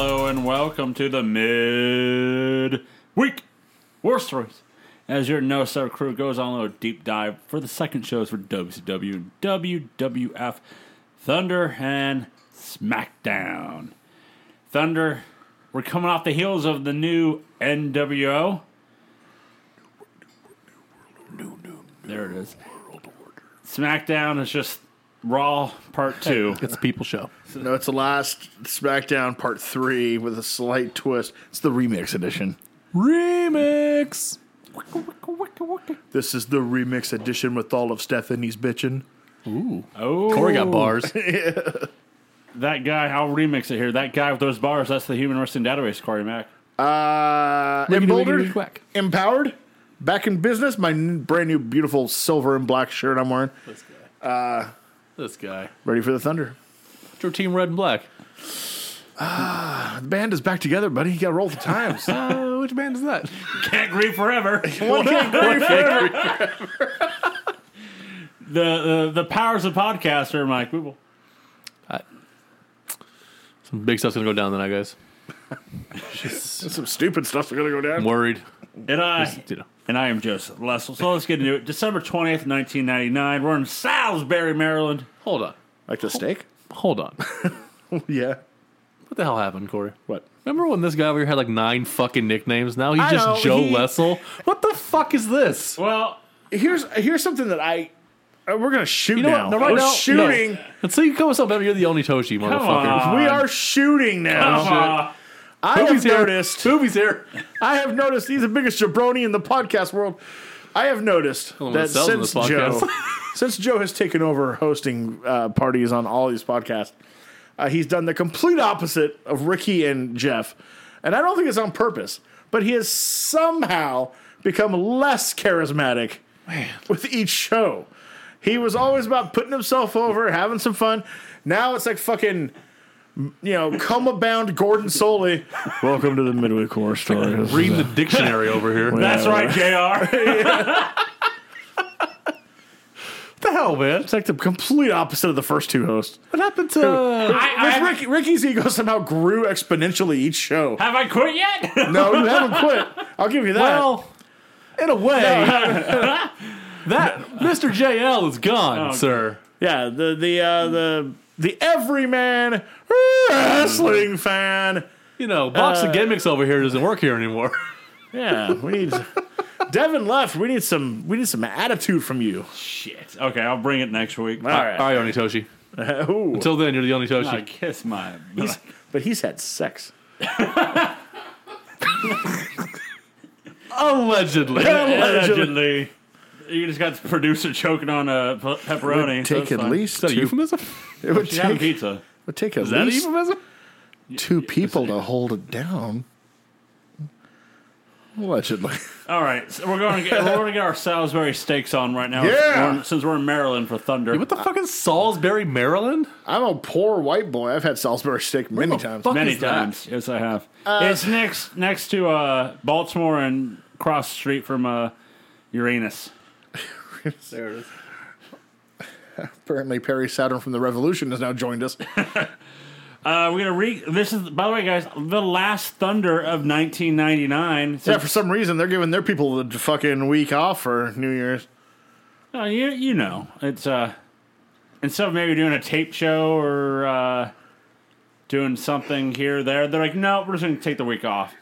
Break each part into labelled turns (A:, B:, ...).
A: welcome to the mid week war stories. As your No Sir crew goes on a little deep dive for the second shows for WCW and WWF Thunder and SmackDown. Thunder, we're coming off the heels of the new NWO. There it is. SmackDown is just Raw Part 2.
B: It's a people show.
C: No, it's the last SmackDown Part Three with a slight twist. It's the remix edition.
B: Remix.
C: This is the remix edition with all of Stephanie's bitching.
A: Oh,
B: Corey got bars.
A: That guy, I'll remix it here. That guy with those bars, that's the Human Wrestling Database, Corey Mack.
C: Uh,
B: Rickety, rickety,
C: emboldened,
B: quack.
C: empowered, back in business. My n- brand new, beautiful silver and black shirt I'm wearing.
B: This guy. this guy.
C: Ready for the thunder.
B: Your team red and black.
C: The band is back together, buddy. You got to roll with the times.
B: Uh, which band is that?
A: Can't grieve forever.
C: One can't agree forever.
A: the, the the powers of podcaster, Mike Weeble.
B: Some big stuff's gonna go down tonight, guys.
C: Some stupid stuff's gonna go
B: I'm
C: down.
B: worried.
A: And I
B: You know.
A: and I am Joseph Lessel. So let's get into it. December twentieth, nineteen ninety nine. We're in Salisbury, Maryland.
B: Hold on.
C: Like the steak?
B: Hold on.
C: Yeah.
B: What the hell happened, Corey?
C: What?
B: Remember when this guy over here had like nine fucking nicknames? Now he's
C: I
B: just
C: know,
B: Joe
C: he-
B: Lessel. What the fuck is this?
A: Well,
C: Here's here's something that I uh, we're gonna shoot
B: You know
C: now.
B: what? No, right
C: we're
B: now,
C: shooting.
B: No. Until you come with something, better, you're the only Toshi, motherfucker.
A: on.
C: We are shooting now.
A: come on.
C: I
B: Poopy's
C: have
B: here.
C: noticed.
B: Poopy's here.
C: I have noticed. He's the biggest jabroni in the podcast world. I have noticed
B: one that
C: that
B: sells in
C: since
B: this podcast.
C: Joe, since Joe has taken over hosting uh, parties on all these podcasts, uh, he's done the complete opposite of Ricky and Jeff, and I don't think it's on purpose. But he has somehow become less charismatic with each show. He was always about putting himself over, having some fun. Now it's like fucking. You know, coma bound Gordon Soley. Welcome to the midway core story.
B: Reading the dictionary over here. what
A: That's right, Jr.
B: the hell, man?
C: It's like the complete opposite of the first two hosts.
B: What happened to?
A: I- I-
C: Ricky, Ricky's ego somehow grew exponentially each show.
A: Have I quit yet?
C: No, you haven't quit. I'll give you that.
B: Well, in a way, that Mr. JL is gone, sir.
C: yeah, the the uh, the the everyman wrestling fan.
B: You know, box of gimmicks over here doesn't work here anymore.
C: Yeah, we need Devin left. We need some we need some attitude from you.
A: Shit. Okay, I'll bring it next week.
C: All right.
B: All right, Oni Toshi.
C: Ooh.
B: Until then, you're the only
A: I
B: Toshi.
A: kiss my.
C: But he's had sex.
B: Allegedly.
A: Allegedly. You just got the producer choking on a pe- pepperoni. so it's fine.
C: least
B: Is that a euphemism?
C: It would
A: She's having pizza.
C: it would take at
B: Is that a euphemism?
C: two people to hold it down. Allegedly.
A: All right, so we're going to get we're going to get our Salisbury steaks on right now.
C: Yeah.
A: We're- since we're in Maryland for Thunder.
B: What the fuck is Salisbury, Maryland?
C: I'm a poor white boy. I've had Salisbury steak many times.
B: fuck
A: Many
B: is that?
A: times, yes, I have. it's next next to uh, Baltimore and cross the street from uh, Uranus.
C: There it is. Apparently, Perry Saturn from the Revolution has now joined us.
A: Uh, we're gonna re. This is by the way, guys, the last Thunder of 1999. So,
C: yeah, for some reason, they're giving their people the fucking week off for New Year's.
A: uh, you you know it's uh instead of maybe doing a tape show or uh, doing something here or there, they're like, no, we're just gonna take the week off.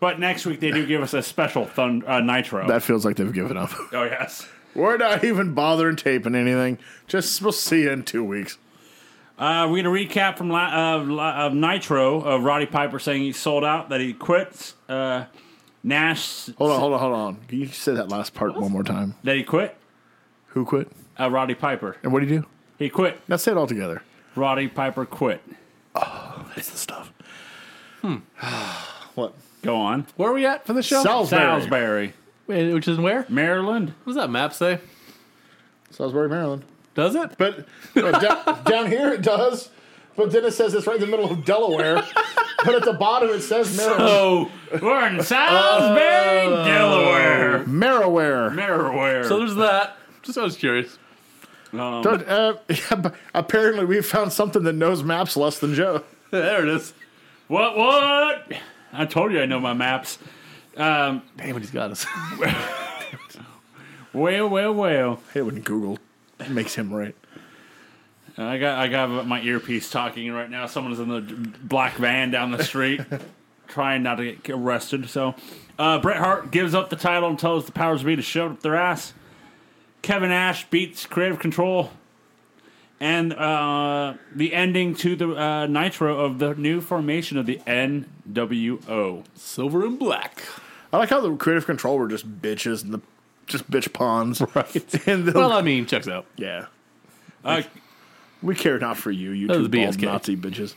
A: But next week they do give us a special thund- uh, Nitro.
C: That feels like they've given up.
A: Oh yes.
C: We're not even bothering taping anything. Just we'll see you in two weeks.
A: Uh, we're gonna recap from la- of, la- of Nitro of Roddy Piper saying he sold out, that he quits. Uh, Nash
C: Hold on, hold on, hold on. Can you say that last part one more time?
A: that he quit.
C: Who quit?
A: Uh, Roddy Piper
C: And what do you do?
A: he quit.
C: Now say it all together.
A: Roddy Piper quit.
C: That's the stuff. Hmm. what?
A: Go on.
B: Where are we at for the show?
C: Salisbury. Salisbury,
A: Salisbury,
B: Wait, Which is where? What
A: Maryland.
B: does that map say?
C: Maryland.
B: Does it?
C: But no, down, down here it does. But then it says it's right in the middle of Delaware. but at the bottom it says Maryland.
B: Oh,
A: We're in Salisbury, Delaware.
C: Marywear.
A: Maryland.
B: so there's that. Just I was curious.
A: um,
C: But, uh, yeah, but apparently we found something that knows maps less than Joe.
B: There it is.
A: What? What? I told you I know my maps. Um,
B: Damn it, he's got us.
A: well, well, well.
C: Hey, when Google makes him right.
A: I got I got my earpiece talking right now. Someone's in the black van down the street, trying not to get arrested. So, uh, Bret Hart gives up the title and tells the powers to be to shove it up their ass. Kevin Nash beats Creative Control, and uh, the ending to the uh, Nitro of the new formation of the NWO.
B: Silver and black.
C: I like how the creative control were just bitches and the just bitch pawns. Right. And the,
B: Well, I mean, checks out.
C: yeah.
A: Uh,
C: We care not for you, you
B: That
C: two
B: was
C: bald
B: BSK.
C: Nazi bitches.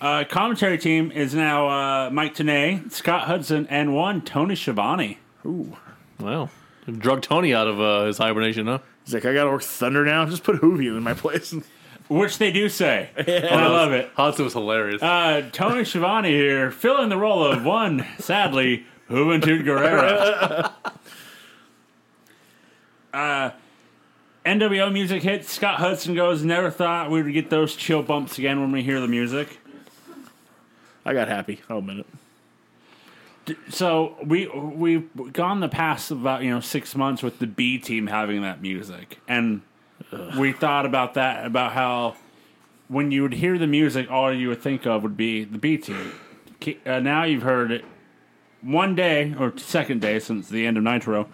A: uh, commentary team is now uh, Mike Tanay, Scott Hudson, and one Tony Schiavone.
C: Ooh.
B: Wow. Drug Tony out of uh, his hibernation, huh?
C: He's like, I gotta work Thunder now. Just put Hoovy in my place.
A: Which they do say. And I love it.
B: Hudson was hilarious.
A: Uh, Tony Schiavone here, filling the role of one, sadly, Juventud Guerrera. Uh, Uh, NWO music hits. Scott Hudson goes, Never thought we would get those chill bumps again when we hear the music.
C: I got happy. Oh, a minute.
A: So we we've gone the past about you know six months with the B team having that music, and we thought about that about how when you would hear the music, all you would think of would be the B team. Ki- Uh, now you've heard it one day or second day since the end of Nitro.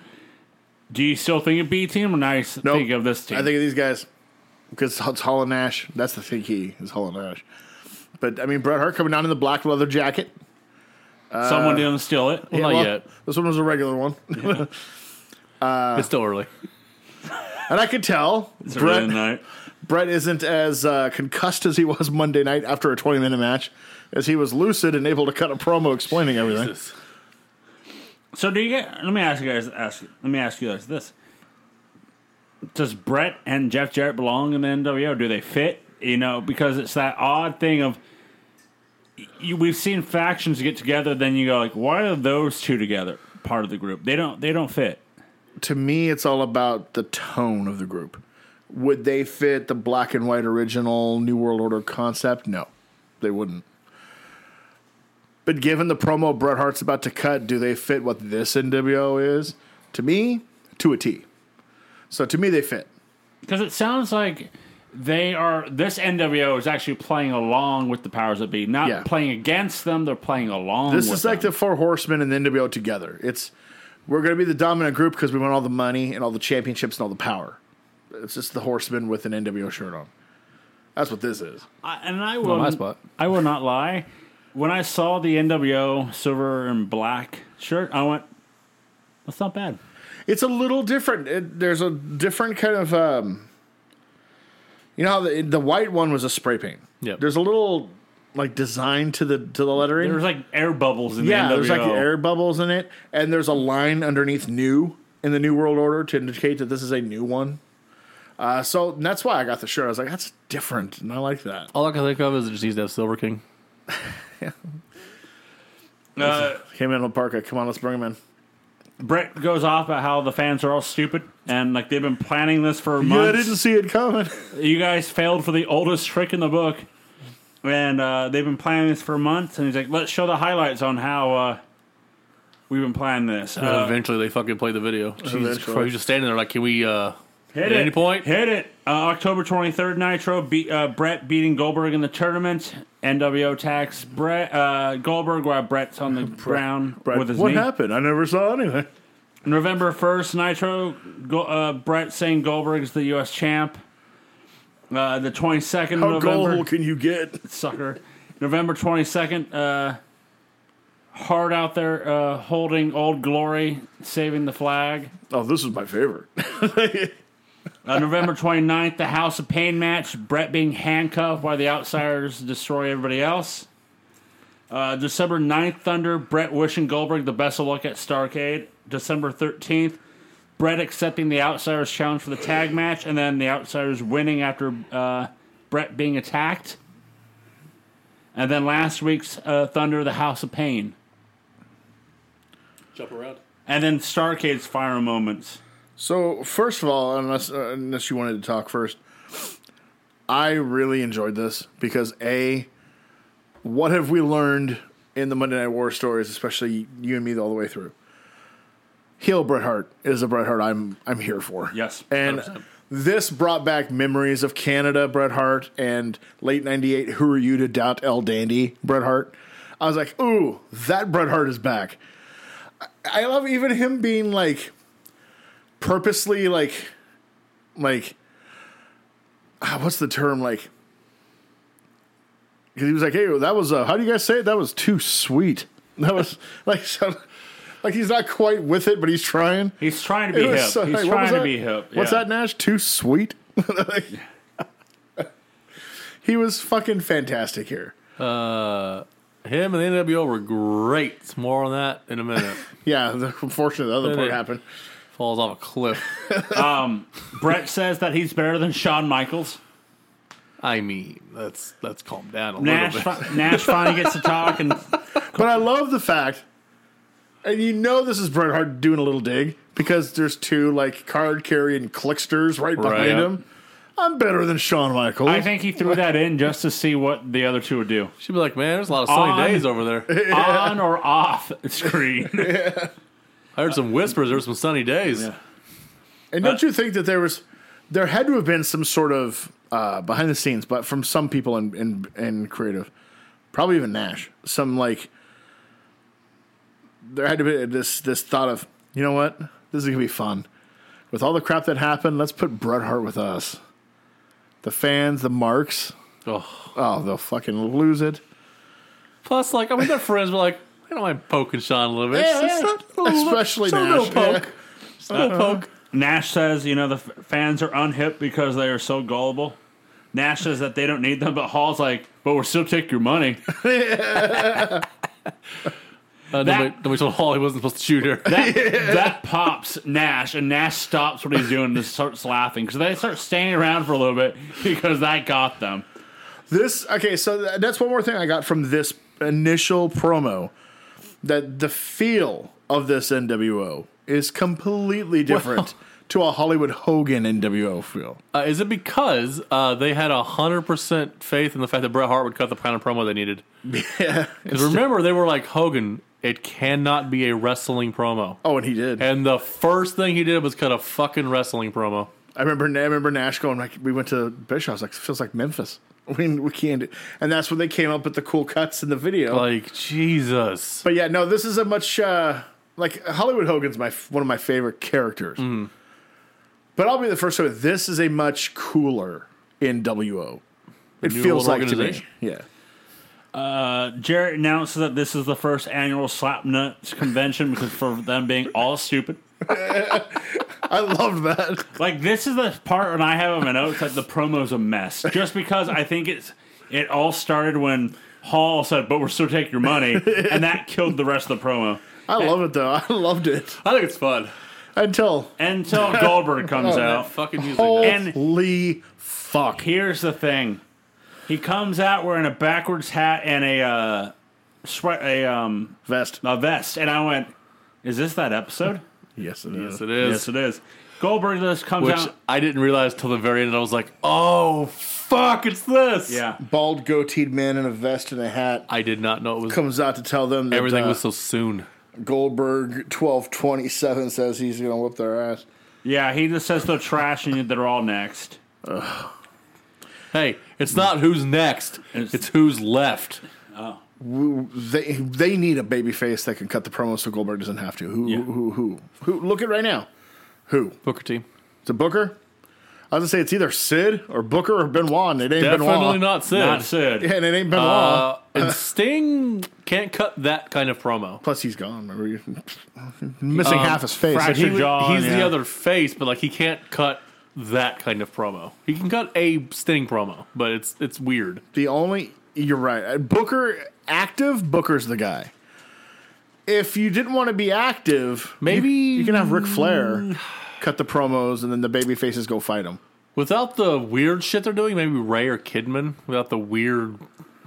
A: Do you still think of B team, or now you s-
C: Nope.
A: think of this team?
C: I think of these guys because it's Hall and Nash. That's the thing. He is Hall and Nash. But I mean, Bret Hart coming down in the black leather jacket.
A: someone
C: uh,
A: didn't steal it.
B: Well, not
C: well,
B: yet.
C: This one was a regular one,
B: it's still early.
C: and I could tell
A: It's a
C: Bret
A: really night.
C: Bret isn't as uh, concussed as he was Monday night after a 20 minute match, as he was lucid and able to cut a promo explaining everything.
A: So do you get? Let me ask you guys. Ask let me ask you guys this: Does Brett and Jeff Jarrett belong in the NWO? Do they fit? You know, because it's that odd thing of you, we've seen factions get together, then you go like, why are those two together? Part of the group, they don't they don't fit.
C: To me, it's all about the tone of the group. Would they fit the black and white original New World Order concept? No, they wouldn't. But given the promo Bret Hart's about to cut, do they fit what this NWO is? To me, to a T. So to me, they fit.
A: Because it sounds like they are this NWO is actually playing along with the powers that be, not
C: Yeah.
A: playing against them. They're playing along.
C: This
A: with
C: is like
A: them.
C: the Four Horsemen and the NWO together. It's we're going to be the dominant group because we want all the money and all the championships and all the power. It's just the Horsemen with an NWO shirt on. That's what this is.
A: I, and I will.
B: my spot.
A: I will not lie. When I saw the NWO silver and black shirt, I went, "That's not bad."
C: It's a little different. It, there's a different kind of um, you know how the, the white one was a spray paint.
B: Yep.
C: There's a little like design to the to the lettering.
A: There's like air bubbles in
C: yeah,
A: the NWO.
C: there's like air bubbles in it, and there's a line underneath "new" in the New World Order to indicate that this is a new one. Uh, so and that's why I got the shirt. I was like, that's different, and I like that.
B: All I can think of is it just needs to have Silver King.
A: Uh,
C: Came in with Parker. Come on, let's bring him in.
A: Brett goes off about how the fans are all stupid and like they've been planning this for
C: Yeah, I
A: months.
C: didn't see it coming.
A: you guys failed for the oldest trick in the book, and uh, they've been planning this for months. And he's like, "Let's show the highlights on how uh, we've been planning this."
B: And
A: Uh,
B: eventually they fucking played the video. Jesus
C: Eventually.
B: Christ. He's just standing there like, can we, uh,
A: Hit
B: at
A: it.
B: any point?
A: Hit it. Uh, October 23rd, Nitro. Be- uh, Brett beating Goldberg in the tournament. NWO tax. Brett, uh, Goldberg while Brett's on the ground
C: Right.
A: with his
C: what
A: knee.
C: happened? I never saw anything.
A: November 1st, Nitro. Go- uh, Brett saying Goldberg's the U.S. champ. Uh, the 22nd
C: How
A: November.
C: gullible can you get?
A: Sucker. November 22nd. Uh, Hard out there uh, holding Old Glory, saving the flag.
C: Oh, this is my favorite.
A: Uh, November 29th, the House of Pain match. Brett being handcuffed while the Outsiders destroy everybody else. Uh, December 9th, Thunder. Brett wishing Goldberg the best of luck at Starcade. December 13th, Brett accepting the Outsiders challenge for the tag match, and then the Outsiders winning after uh, Brett being attacked. And then last week's uh, Thunder, the House of Pain.
B: Jump around.
A: And then Starcade's fire moments.
C: So, first of all, unless uh, unless you wanted to talk first, I really enjoyed this because a what have we learned in the Monday Night War stories, especially you and me all the way through? Heel Bret Hart is the Bret Hart I'm I'm here for.
A: Yes,
C: and
A: 100%.
C: this brought back memories of Canada Bret Hart and late '98. Who are you to doubt El Dandy Bret Hart? I was like, ooh, that Bret Hart is back. I, I love even him being like purposely like like ah, what's the term like 'cause he was like hey that was uh, how do you guys say it that was too sweet that was like so, like he's not quite with it but he's trying
A: He's trying to be
C: It
A: hip.
C: was so-
A: He's
C: like, what
A: trying
C: was
A: to
C: that?
A: be hip.
C: what's
A: yeah.
C: that nash too sweet Like- he was fucking fantastic here
B: Uh, him and the NWO were great. More on that in a minute.
C: yeah the, unfortunately the other part
B: it-
C: happened
B: Falls off a cliff.
A: Brett says that he's better than Shawn Michaels.
B: I mean, let's let's calm down a
A: Nash,
B: little bit.
A: fi- Nash finally gets to talk, and
C: But I love the fact, and you know this is Bret Hart doing a little dig because there's two like card carrying clicksters right behind
B: Right.
C: him. I'm better than Shawn Michaels.
A: I think he threw that in just to see what the other two would do,
B: She'd be like, man, there's a lot of sunny
A: On-
B: days over there.
A: on or off screen.
B: I heard some whispers. There were some sunny days.
C: and don't you think that there was, there had to have been some sort of uh, behind the scenes, but from some people in in, in creative, probably even Nash, some like there had to be this this thought of you know what this is gonna be fun with all the crap that happened. Let's put Bret Hart with us, the fans, the marks.
B: Oh.
C: Oh, they'll fucking lose it.
B: Plus, like, I mean, their friends were like, I don't mind poking Sean a little bit.
C: Yeah,
B: It's
C: yeah.
B: just a little-
C: Especially
B: just a little
C: Nash. Uh-huh.
B: poke. Just a little poke.
A: Nash says, you know, the f- fans are unhip because they are so gullible. Nash says that they don't need them, but Hall's like, but we'll still take your money.
B: Uh, nobody, nobody told Hall he wasn't supposed to shoot her.
A: That, that pops Nash, and Nash stops what he's doing and just starts laughing. So they start standing around for a little bit because that got them.
C: This okay, so th- that's one more thing I got from this initial promo that the feel of this NWO is completely different to a Hollywood Hogan NWO feel.
B: Uh, is it because uh, they had a hundred percent faith in the fact that Bret Hart would cut the kind of promo they needed?
C: Yeah.
B: Because remember, they were like Hogan. It cannot be a wrestling promo.
C: Oh, and he did.
B: And the first thing he did was cut a fucking wrestling promo.
C: I remember. I remember Nash going like, "We went to Bischoff's. Like, feels like Memphis. We we can't." do-" And that's when they came up with the cool cuts in the video.
B: Like Jesus.
C: But yeah, no, this is a much uh, like Hollywood Hogan's my one of my favorite characters.
B: Mm-hmm.
C: But I'll be the first to admit this is a much cooler NWO. It
B: new
C: feels
B: world
C: like to me.
B: organization.
C: Yeah.
A: Uh, Jarrett announces that this is the first annual Slapnuts convention because for them being all stupid.
C: I love that.
A: Like this is the part when I have in my notes that the promo's a mess. Just because I think it's it all started when Hall said, "But we're still take your money," and that killed the rest of the promo
C: I love it though. I loved it.
B: I think it's fun.
C: Until
A: until Goldberg comes out.
B: Fucking music.
C: Oh.
A: And-
C: holy fuck.
A: Here's the thing: he comes out wearing a backwards hat and a uh, sweat a um
C: Vest.
A: a vest, and I went, "Is this that episode?"
C: Yes it is.
B: Yes, it is.
A: yes, it is. Goldberg just comes
B: Which
A: out.
B: I didn't realize till the very end. I was like, oh fuck, it's this.
A: Yeah,
C: Bald goateed man in a vest and a hat
B: I did not know it was.
C: comes out to tell them that
B: everything
C: uh,
B: was so soon.
C: Goldberg twelve twenty seven says he's gonna whoop their ass.
A: yeah. He just says they're trash and they're all next.
B: Hey, it's not who's next.
A: It's-
B: It's, who's left.
C: they they need a baby face that can cut the promo so Goldberg doesn't have to. Who
A: Yeah.
C: who, who who Look at right now. Who?
B: Booker T.
C: It's a Booker. I was gonna say it's either Sid or Booker or Benoit. And it ain't
B: Definitely
C: Benoit.
B: not Sid.
A: Not Sid.
C: Yeah, and it ain't Benoit.
B: Uh, and Sting can't cut that kind of promo.
C: Plus he's gone. Remember, He's
B: Um,
C: missing half his face.
A: fractured-
B: He-
A: John,
B: he's the
A: yeah.
B: other face, but like he can't cut that kind of promo. He can cut a Sting promo, but it's it's weird.
C: The only you're right. Uh, Booker active. Booker's the guy. If you didn't want to be active, you-
B: Maybe-
C: you, can have Ric Flair cut the promos, and then the baby faces go fight him.
B: Without the weird shit they're doing, maybe Ray or Kidman. Without the weird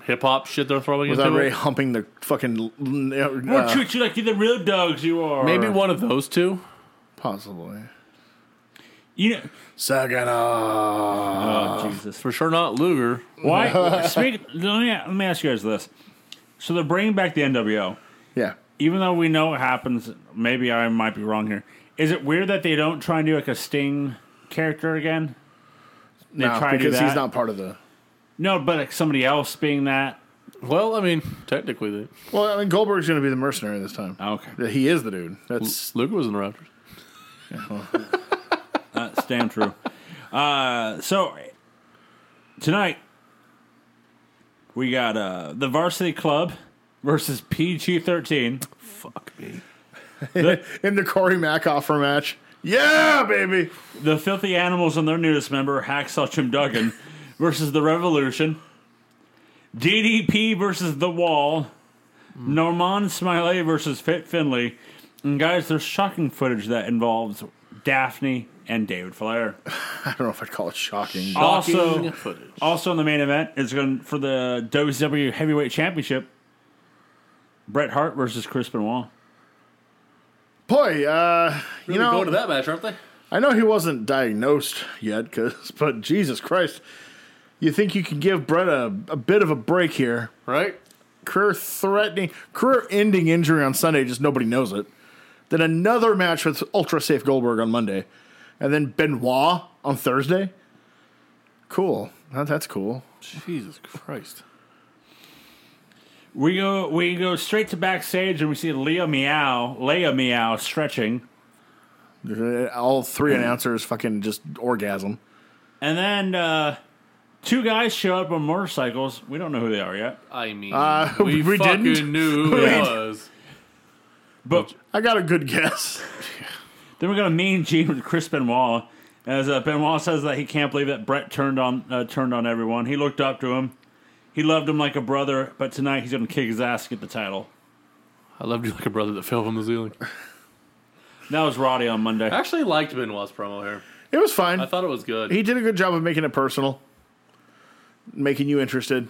B: hip hop shit they're throwing
C: Without
B: into
C: Ray
B: it,
C: humping the fucking. uh,
A: We'll treat you like you're the real dogs you are.
B: maybe one of those two.
C: Possibly.
A: You know,
C: Sagana.
A: oh, Jesus.
C: Uh,
B: For sure, not Luger.
A: Why? speak, let, me, let me ask you guys this. So they're bringing back the NWO,
C: Yeah.
A: even though we know what happens. Maybe I might be wrong here. Is it weird that they don't try and do like a Sting character again? They
C: No,
A: try to do
C: because he's
A: that.
C: not part of the.
A: No, but like somebody else being that.
B: Well, I mean, technically, they,
C: Well, I mean, Goldberg's going to be the mercenary this time.
A: Okay,
C: Yeah, He is the dude. That's
B: Luger was in the Raptors.
A: that's damn true. Uh, so tonight we got uh, the Varsity Club versus PG thirteen.
B: Fuck me.
C: in the Corey Mack offer match. Yeah, baby.
A: The Filthy Animals and their newest member, Hacksaw Jim Duggan, versus The Revolution. DDP versus The Wall. Norman Smiley versus Fit Finley. And guys, there's shocking footage that involves Daphne and David Flair.
C: I don't know if I'd call it shocking. but-
A: Also,
B: Shocking footage.
A: also in the main event is going for the WCW Heavyweight Championship. Bret Hart versus Chris Benoit.
C: Boy, uh, you know,
B: going to that match, aren't they?
C: I know he wasn't diagnosed yet, cause, but Jesus Christ, you think you can give Brett a, a bit of a break here?
B: Right?
C: Career threatening, career ending injury on Sunday, just nobody knows it. Then another match with ultra safe Goldberg on Monday, and then Benoit on Thursday. Cool, That- that's cool.
B: Jesus Christ.
A: We go we go straight to backstage and we see Leah Meow, Leia Meow stretching.
C: All three announcers fucking just orgasm.
A: And then uh, two guys show up on motorcycles. We don't know who they are yet.
B: I mean,
C: Uh,
B: we,
C: we
B: fucking
C: didn't?
B: knew who it was.
A: But
C: I got a good guess.
A: then we got a mean Gene with Chris Benoit. As uh, Benoit says that he can't believe that Brett turned on uh, turned on everyone. He looked up to him. He loved him like a brother, but tonight he's going to kick his ass to get the title.
B: I loved you like a brother that fell from the ceiling.
A: That was Roddy on Monday.
B: I actually liked Benoit's promo here.
C: It was fine.
B: I thought it was good.
C: he did a good job of making it personal, making you interested.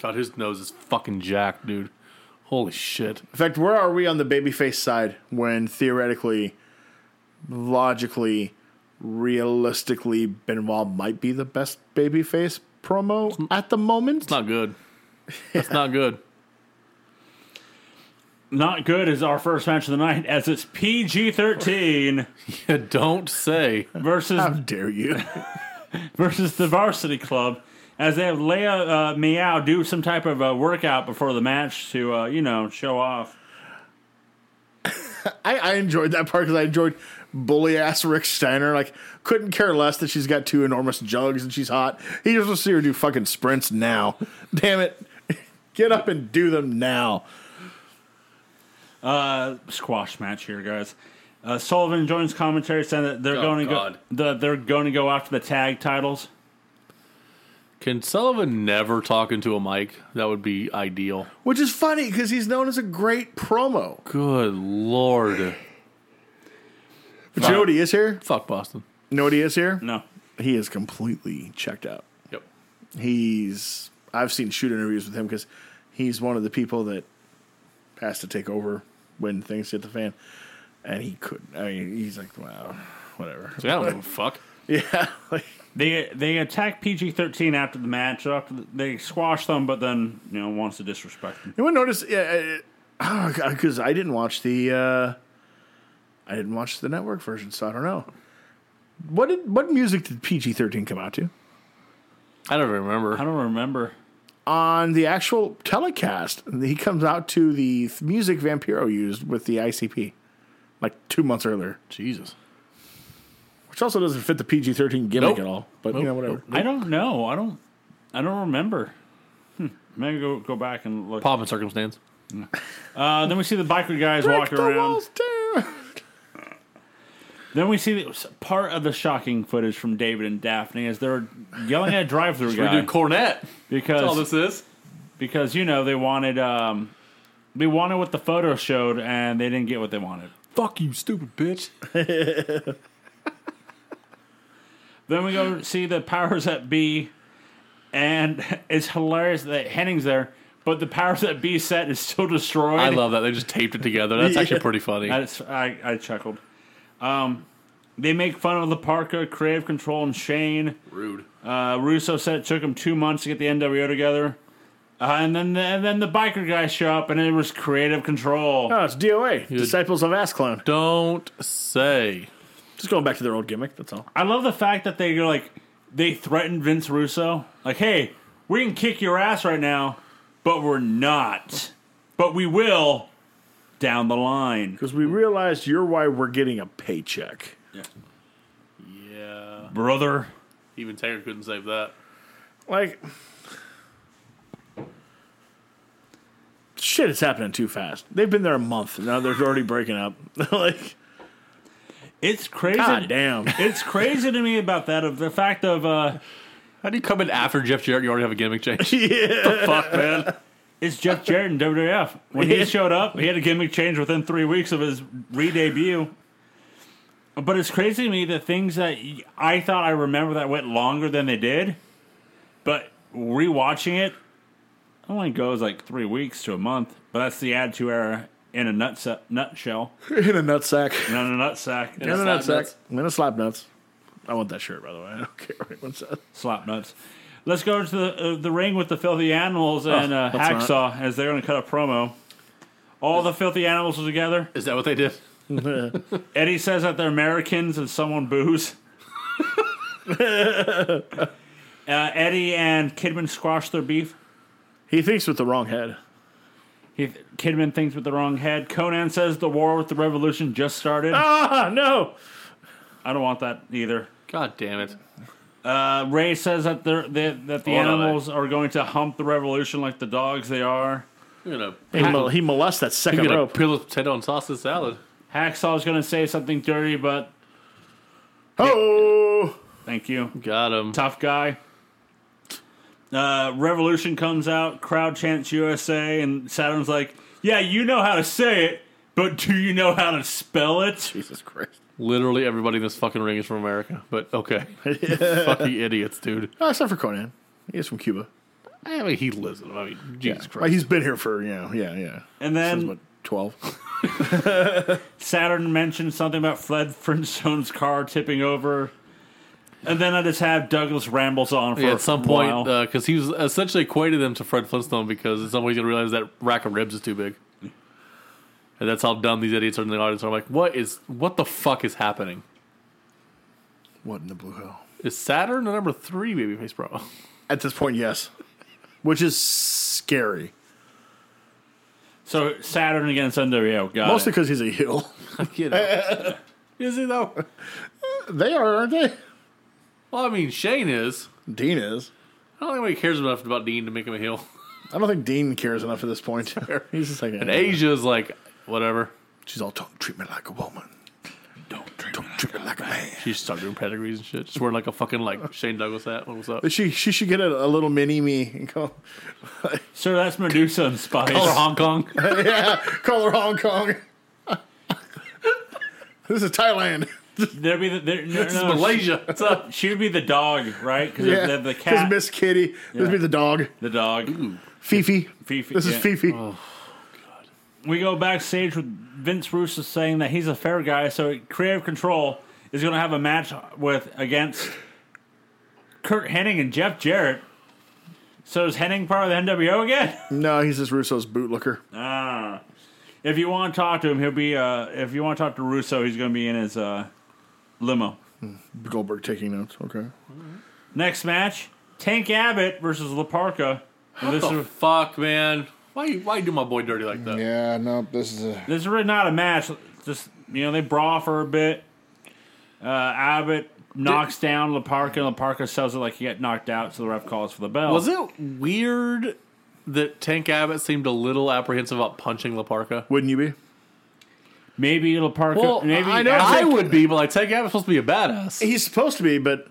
B: God, his nose is fucking jacked, dude. Holy shit.
C: In fact, where are we on the babyface side when theoretically, logically, realistically, Benoit might be the best babyface promo at the moment?
B: Not good. That's not good.
A: Not good is our first match of the night, as it's PG thirteen
B: Yeah, don't say.
A: versus
C: How dare you?
A: versus the Varsity Club as they have Leia uh, Meow do some type of uh, workout before the match to, uh, you know, show off.
C: I, I enjoyed that part because I enjoyed bully ass Rick Steiner. Like, couldn't care less that she's got two enormous jugs and she's hot. He just wants to see her do fucking sprints now. Damn it. Get up and do them now.
A: Uh, squash match here, guys. Uh, Sullivan joins commentary saying that they're
B: Oh,
A: going to
B: God.
A: go that they're going to go after the tag titles.
B: Can Sullivan never talk into a mic? That would be ideal.
C: Which is funny because he's known as a great promo.
B: Good lord.
C: But you know what he is here?
B: Fuck Boston.
C: You know what he is here?
A: No,
C: He is completely checked out.
B: Yep.
C: He's I've seen shoot interviews with him because he's one of the people that has to take over when things hit the fan, and he couldn't. I mean, he's like, wow, whatever.
B: I don't give a fuck.
C: Yeah, like
A: they they attack PG thirteen after the match. After the, they squash them, but then you know wants to disrespect them.
C: you would notice. Yeah, uh, because I didn't watch the uh, I didn't watch the network version, so I don't know. What did what music did PG thirteen come out to
B: I don't remember.
A: I don't remember.
C: on the actual telecast? He comes out to the th- music Vampiro used with the ICP, like two months earlier.
B: Jesus.
C: which also doesn't fit the PG thirteen gimmick
B: Nope.
C: at all. But
B: Nope.
C: you know, whatever.
A: I don't know. I don't. I don't remember. Hmm. Maybe go go back and look.
B: Pop and circumstance.
A: Uh, then we see the biker guys walking
C: Break the
A: around.
C: walls down.
A: Then we see the, part of the shocking footage from David and Daphne as they're yelling at a drive-through
B: We
A: guy
B: do cornet. That's all
A: because
B: this is.
A: because you know they wanted um they wanted what the photo showed and they didn't get what they wanted.
B: Fuck you, stupid bitch.
A: Then we go see the powers that be, and it's hilarious that Henning's there, but the powers that be set is still destroyed.
B: I love that. They just taped it together. That's actually pretty funny.
A: I, just- I, I chuckled. Um, they make fun of the Parker, Creative Control, and Shane.
B: Rude.
A: Uh, Russo said it took him two months to get the NWO together. Uh, and then the, and then the biker guys show up, and it was creative control.
C: Oh, it's DOA, Disciples of Ass Clown.
B: Don't say.
C: Just going back to their old gimmick. That's all.
A: I love the fact that they go like they threatened Vince Russo, like, "Hey, we can kick your ass right now, but we're not, but we will down the line."
C: Because we realized you're why we're getting a paycheck.
B: Yeah.
A: Brother,
B: Even Taker couldn't save that.
C: Like, shit, it's happening too fast. They've been there a month. Now they're already breaking up. like,
A: it's crazy.
C: god damn.
A: It's crazy to me about that of the fact of uh,
B: How do you come in after Jeff Jarrett? You already have a gimmick change. Fuck, man.
A: it's Jeff Jarrett in WWF. When he showed up, he had a gimmick change within three weeks of his re-debut. But it's crazy to me the things that y- I thought I remember that went longer than they did. But rewatching it, only goes like three weeks to a month. But that's the attitude era in a nutse- nutshell,
C: In a nutsack.
A: in a nutsack,
C: In a
B: Slap
C: nutsack.
B: nuts.
C: In a slap nuts. I want that shirt, by the way. I don't care what anyone says.
A: slap nuts. Let's go to the uh, the ring with the filthy animals and uh,
C: Oh, that's
A: hacksaw as they're going to cut a promo. All the filthy animals are together.
B: Is that what they did?
A: Eddie says that they're Americans and someone boos. uh, Eddie and Kidman squash their beef.
C: He thinks with the wrong head.
A: He, Kidman thinks with the wrong head. Conan says the war with the revolution just started.
C: Ah, no.
A: I don't want that either.
B: God damn it.
A: Uh, Ray says that they're, they, that the
B: Hold on,
A: animals are going to hump the revolution like the dogs they are.
B: You're gonna
C: He, mol- he molests that second
B: you're gonna
C: rope.
B: peel a potato and sausage salad.
A: Hacksaw's going to say something dirty, but
C: Oh.
A: thank you.
B: Got him.
A: Tough guy. Uh, revolution comes out, crowd chants USA, and Saturn's like, Yeah, you know how to say it, but do you know how to spell it?
C: Jesus Christ.
B: Literally everybody in this fucking ring is from America. But okay, fucking idiots, dude.
C: Oh, except for Conan. He is from Cuba.
B: I mean, he lives in. 'em. I mean, Jesus
C: Like,
B: Christ.
C: he's been here for, you know, yeah, yeah.
A: And
C: Since,
A: then
C: what, 12?
A: Saturn mentions something about Fred Flintstone's car tipping over. And then I just have Douglas rambles on for
B: Yeah, at some
A: a
B: point, uh,
A: while.
B: because he was essentially equated them to Fred Flintstone because at some point he's gonna realize that rack of ribs is too big, and that's how dumb these idiots are in the audience. I'm like, what is what the fuck is happening?
C: What in the blue hell?
B: Is Saturn the number three babyface promo?
C: At this point, yes. Which is scary.
A: so Saturn against NWO. oh, Got
C: Mostly
A: it.
C: because he's a heel.
B: You know. is he though?
C: They are, aren't they?
B: Well, I mean, Shane is.
C: Dean is.
B: I don't think anybody cares enough about Dean to make him a heel.
C: I don't think Dean cares enough at this point. he's just like,
B: And Asia is like, whatever.
C: she's all, don't treat me like a woman. Don't treat, don't treat me like a man.
B: She just started doing pedigrees and shit. Just wearing like a fucking like Shane Douglas hat. What was up?
C: She she should get a, a little mini me and call,
A: So that's Medusa and Spice.
B: Or Hong Kong.
C: yeah, call her Hong Kong. this is Thailand.
A: There'd be the, there, no,
B: This is
A: no,
B: Malaysia. What's up?
A: She would be the dog, right? Because
C: Yeah,
A: the, the
C: This
A: cat,
C: is Miss Kitty. This be the dog.
A: the dog,
C: Fifi.
A: Fifi.
C: This
A: yeah.
C: is Fifi.
D: Oh.
A: We go backstage with Vince Russo saying that he's a fair guy, so Creative Control is going to have a match with against Kurt Hennig and Jeff Jarrett. So is Hennig part of the NWO again?
C: No, he's just Russo's bootlooker.
A: Ah. If you want to talk to him, he'll be. Uh, if you want to talk to Russo, he's going to be in his uh, limo.
C: Goldberg taking notes. Okay.
A: Next match: Tank Abbott versus Laparca. And This
B: What the
A: is
B: fuck, man? Why you why you do my boy dirty like that?
D: Yeah, no, this is a.
A: This is really not a match. Just you know, they brawl for a bit. Uh, Abbott knocks down Laparca, and Laparca sells it like he got knocked out, so the ref calls for the bell.
B: Was it weird that Tank Abbott seemed a little apprehensive about punching Laparca?
C: Wouldn't you be?
A: Maybe Laparca.
B: Well,
A: maybe
B: I know
A: Abbott-
B: I would be, but like Tank Abbott's supposed to be a badass.
C: He's supposed to be, but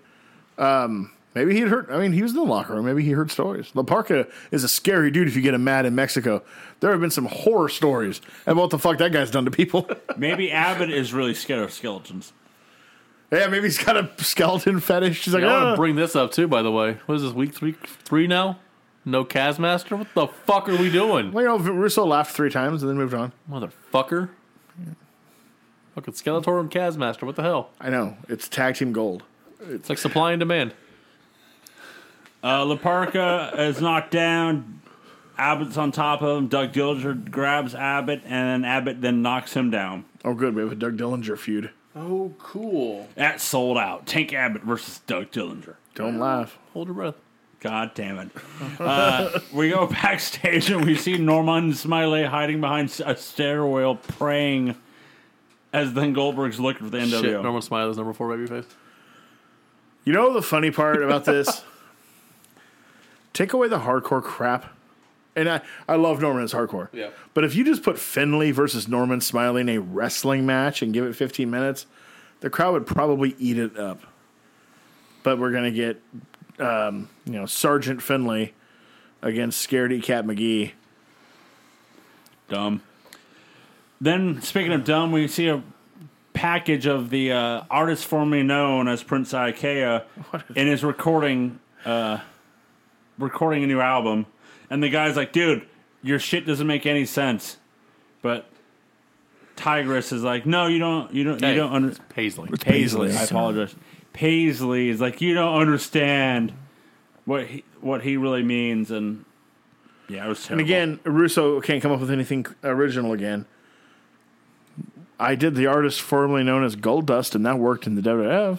C: um, maybe he'd heard. I mean, he was in the locker room. Maybe he heard stories. La Parca is a scary dude if you get him mad in Mexico. There have been some horror stories about what the fuck that guy's done to people.
A: maybe Abbott is really scared of skeletons.
C: yeah, maybe he's got a skeleton fetish. She's like,
B: I want
C: oh,
B: to bring this up too, by the way. What is this week three? Three now? No Casmaster? What the fuck are we doing,
C: well, you know, Russo laughed three times and then moved on.
B: motherfucker? Fucking Skeletor and Casmaster. What the hell?
C: I know it's tag team gold.
B: It's like supply and demand.
A: Uh, Laparca is knocked down. Abbott's on top of him. Doug Dillinger grabs Abbott, and then Abbott then knocks him down.
C: Oh, good. We have a Doug Dillinger feud.
B: Oh, cool.
A: That sold out. Tank Abbott versus Doug Dillinger.
C: Don't laugh.
B: Hold your breath.
A: God damn it. Uh, we go backstage and we see Norman Smiley hiding behind a stairwell praying as then Goldberg's looking for the NWO.
B: Shit, normal smile is number four babyface.
C: You know the funny part about this? Take away the hardcore crap. And I, I love Norman as hardcore.
B: Yeah.
C: But if you just put Finley versus Norman Smiley in a wrestling match and give it 15 minutes, the crowd would probably eat it up. But we're going to get, um, you know, Sergeant Finley against Scaredy Cat McGee.
A: Dumb. Then, speaking of dumb, we see a package of the uh, artist formerly known as Prince Ikea in his recording, uh, recording a new album. And the guy's like, dude, your shit doesn't make any sense. But Tigress is like, no, you don't, you don't, you
B: Hey.
A: don't under-
B: Paisley.
A: Paisley.
C: Paisley.
A: I apologize. Paisley is like you don't understand what he, what he really means, and yeah, it was terrible.
C: And again, Russo can't come up with anything original again. I did the artist formerly known as Goldust, and that worked in the WWF.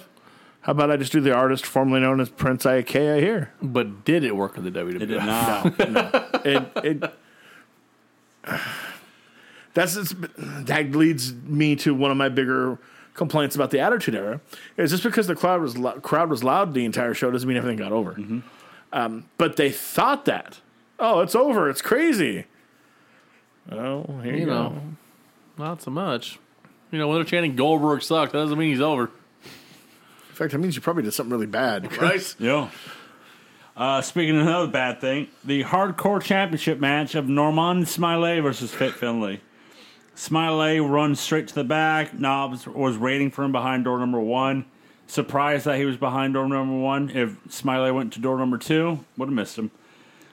C: How about I just do the artist formerly known as Prince Ikea here?
B: But did it work in the E? WWE?
A: it did not.
C: It, it, that's it's, that leads me to one of my bigger complaints about the Attitude Era. Is just because the crowd was lo- crowd was loud the entire show doesn't mean everything got over. Um, but they thought that oh, it's over, it's crazy. Oh, here you,
B: You
C: go.
B: know, not so much. You know, when they're chanting Goldberg sucks, that doesn't mean he's over.
C: In fact, that means you probably did something really bad.
B: Right?
A: yeah. Uh, speaking of another bad thing, the hardcore championship match of Norman Smiley versus Fit Finley. Smiley runs straight to the back. Knobs was waiting for him behind door number one. Surprised that he was behind door number one. If Smiley went to door number two, would have missed him.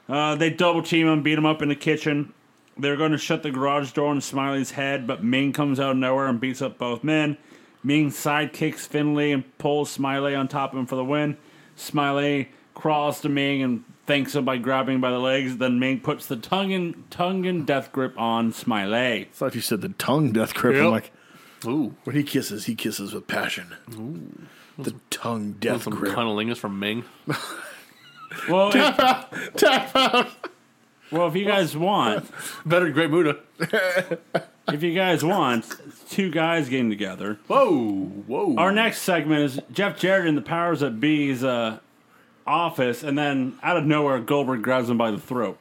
A: Uh, they double team him, beat him up in the kitchen. They're going to shut the garage door on Smiley's head, but Ming comes out of nowhere and beats up both men. Ming sidekicks Finley and pulls Smiley on top of him for the win. Smiley crawls to Ming and thanks him by grabbing him by the legs. Then Ming puts the tongue in tongue and death grip on Smiley.
C: thought you said the tongue death grip.
B: Yep.
C: I'm like,
B: Ooh.
C: when he kisses, he kisses with passion. The tongue death
B: Some
C: grip.
B: cunnilingus from Ming.
A: Well, if, well, if you guys want,
B: Better Great Muda.
A: if you guys want, two guys getting together.
B: Whoa, whoa.
A: Our next segment is Jeff Jarrett in the powers that be's uh, office, and then out of nowhere, Goldberg grabs him by the throat.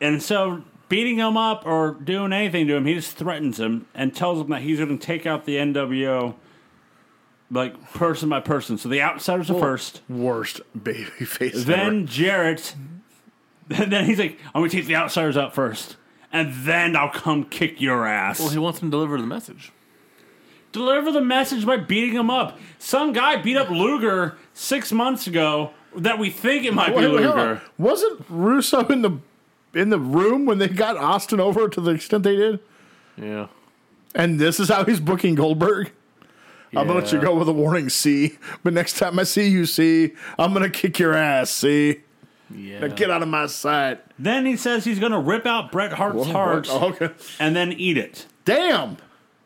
A: And so, beating him up or doing anything to him, he just threatens him and tells him that he's going to take out the NWO, like person by person. So the outsiders are first.
C: Worst baby face.
A: Then Jarrett, then he's like, "I'm gonna take the outsiders out first, and then I'll come kick your ass."
B: Well, he wants him to deliver the message.
A: Deliver the message by beating him up. Some guy beat up Luger six months ago that we think it might
C: ever.
A: be
C: Wait, wait, hold on.
A: Luger.
C: wasn't Russo in the in the room when they got Austin over to the extent they did?
B: Yeah.
C: And this is how he's booking Goldberg. I'm gonna let you
B: Yeah.
C: go with a warning, C. But next time I see you, C, I'm gonna kick your ass, C.
B: Yeah.
C: Now get out of my sight.
A: Then he says he's going to rip out Bret Hart's heart
C: Oh, okay.
A: and then eat it.
C: Damn.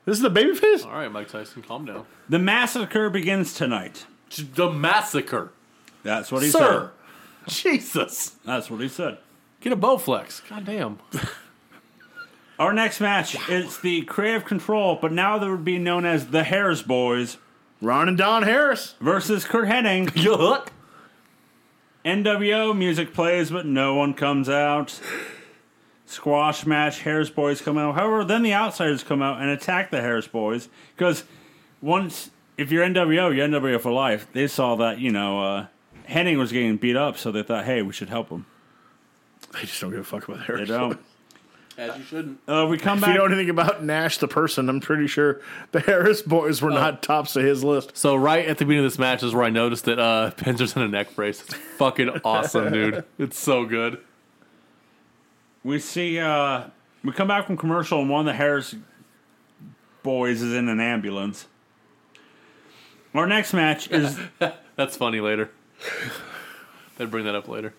C: This is the baby face?
B: All right, Mike Tyson, calm down.
A: The massacre begins tonight.
B: The massacre.
A: That's what he
B: Sir.
A: said.
B: Jesus.
A: That's what he said.
B: Get a Bowflex. God damn.
A: Our next match is the Creative Control, but now they would be known as the Harris Boys
C: Ron and Don Harris.
A: versus Kurt Hennig.
B: Yuck.
A: NWO music plays, but no one comes out. Squash match, Harris Boys come out. However, then the outsiders come out and attack the Harris Boys because once, if you're NWO, you're NWO for life. They saw that you know uh, Henning was getting beat up, so they thought, hey, we should help him.
C: They just don't give a fuck about Harris.
A: They don't.
B: As you shouldn't.
A: Uh, we come
C: If you
A: back.
C: know anything about Nash the person, I'm pretty sure the Harris boys
E: Uh,
C: were not tops of his list.
B: So right at the beginning of this match is where I noticed that uh, Pinzer's in a neck brace. It's fucking awesome, dude. It's so good.
A: We see. Uh, we come back from commercial, and one of the Harris boys is in an ambulance. Our next match is
B: Oh, That's funny later. They'd bring that up later.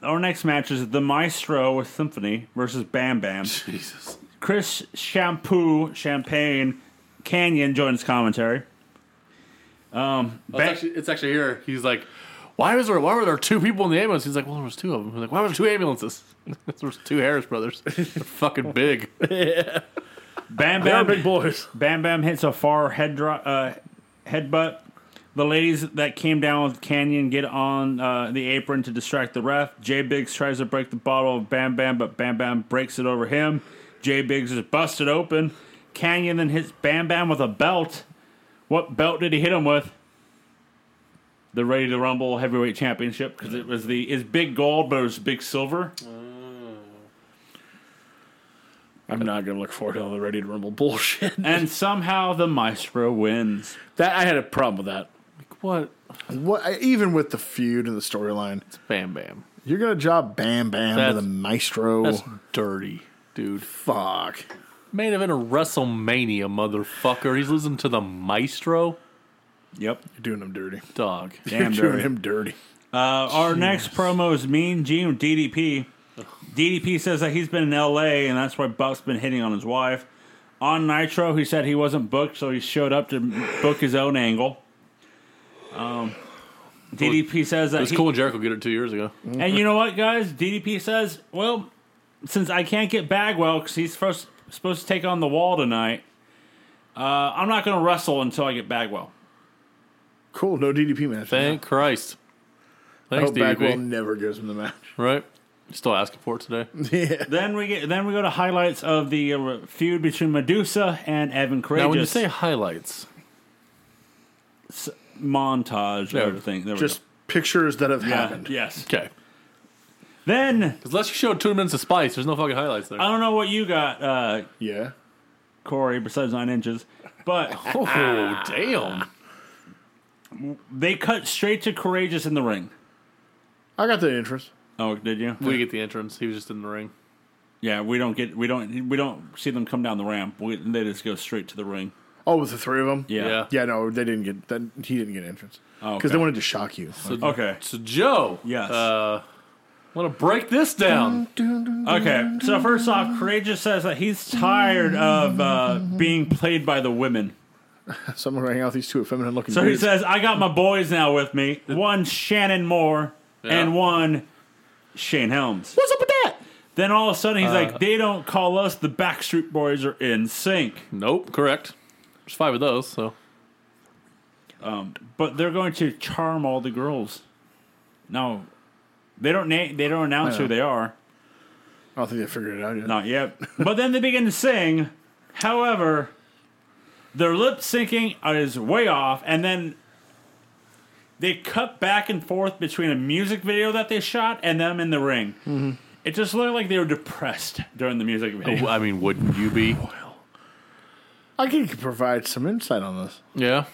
A: Our next match is the Maestro with Symphony versus Bam Bam.
B: Jesus.
A: Chris Shampoo Champagne Canyon joins commentary. Um,
B: It's actually, it's actually here. He's like, why was there? Why were there two people in the ambulance? He's like, well, there was two of them. He's like, why were there two ambulances? there was two Harris brothers. They're fucking big.
A: Bam
E: They are
A: Bam
E: big boys.
A: Bam Bam hits a far head dro- uh, headbutt. The ladies that came down with Canyon get on uh, the apron to distract the ref. J Biggs tries to break the bottle of Bam Bam, but Bam Bam breaks it over him. J Biggs is busted open. Canyon then hits Bam Bam with a belt. What belt did he hit him with? The Ready to Rumble Heavyweight Championship because it was the is big gold, but it was big silver.
E: I'm not gonna look forward to all the Ready to Rumble bullshit.
A: And somehow the Maestro wins.
E: That I had a problem with that.
B: Like, what?
C: What, I- even with the feud and the storyline,
B: Bam, bam.
C: you're gonna job Bam Bam
B: That's-
C: to the maestro.
B: That's dirty, dude.
C: Fuck.
B: Main event of WrestleMania, motherfucker. He's losing to the Maestro
A: Yep.
C: You're doing him dirty.
B: dog.
A: Damn
C: you're
A: dirty.
C: doing him dirty.
A: Uh, our next promo is Mean Gene with DDP. DDP says that he's been in LA and that's why Buck's been hitting on his wife. On Nitro, he said he wasn't booked, so he showed up to book his own angle. Um, DDP says that
B: It was
A: he-
B: cool when Jericho did it two years ago.
A: and you know what, guys? DDP says, well, since I can't get Bagwell because he's first, supposed to take on the wall tonight, uh, I'm not going to wrestle until I get Bagwell.
C: Cool. No DDP match.
B: Thank Christ.
C: I
B: Thanks,
C: hope Bagwell
B: DDP.
C: never gives him the match.
B: Right? Still asking for it today.
C: yeah.
A: Then we get then we go to highlights of the uh, feud between Medusa and Evan Courageous.
B: Now, when you say highlights,
A: montage
B: There.
A: of everything. There we
C: Just
A: go.
C: pictures that have
A: Yeah,
C: happened.
A: yes.
B: okay.
A: Then
B: Unless you show two minutes of spice, there's no fucking highlights there.
A: I don't know what you got, uh,
C: Yeah.
A: Corey, besides nine inches, but uh,
B: oh, damn.
A: they cut straight to Courageous in the ring.
C: I got the interest.
A: Oh, did you?
B: We get the entrance. He was just in the ring.
A: yeah, we don't get we don't we don't see them come down the ramp. We, they just go straight to the ring.
C: Oh, with the three of them.
A: Yeah.
B: Yeah.
C: Yeah. No, they didn't get that. He didn't get entrance because
A: Oh,
C: they
A: okay.
C: wanted to shock you. Like,
A: Okay.
B: So, Joe.
A: Yes.
B: Uh, Want to break this down?
C: dun, dun, dun.
A: Okay. So first off, Courageous says that he's tired of uh, being played by the women.
C: Someone hang out with these two feminine looking.
A: So he
C: dudes.
A: says, "I got my boys now with me. One Shannon Moore and
B: Yeah.
A: one Shane Helms."
C: "What's up with that?"
A: Then all of a sudden he's like, they don't call us the Backstreet Boys are in sync,
B: Nope. Correct. There's five of those. So
A: but they're going to charm all the girls. No, they don't. Na- they don't announce who they are.
C: I don't think they figured it out yet.
A: Not yet. but then they begin to sing. However, their lip syncing is way off, and then they cut back and forth between a music video that they shot and them in the ring. It just looked like they were depressed during the music video.
B: I mean, wouldn't you be?
C: I can provide some insight on this,
B: Yeah.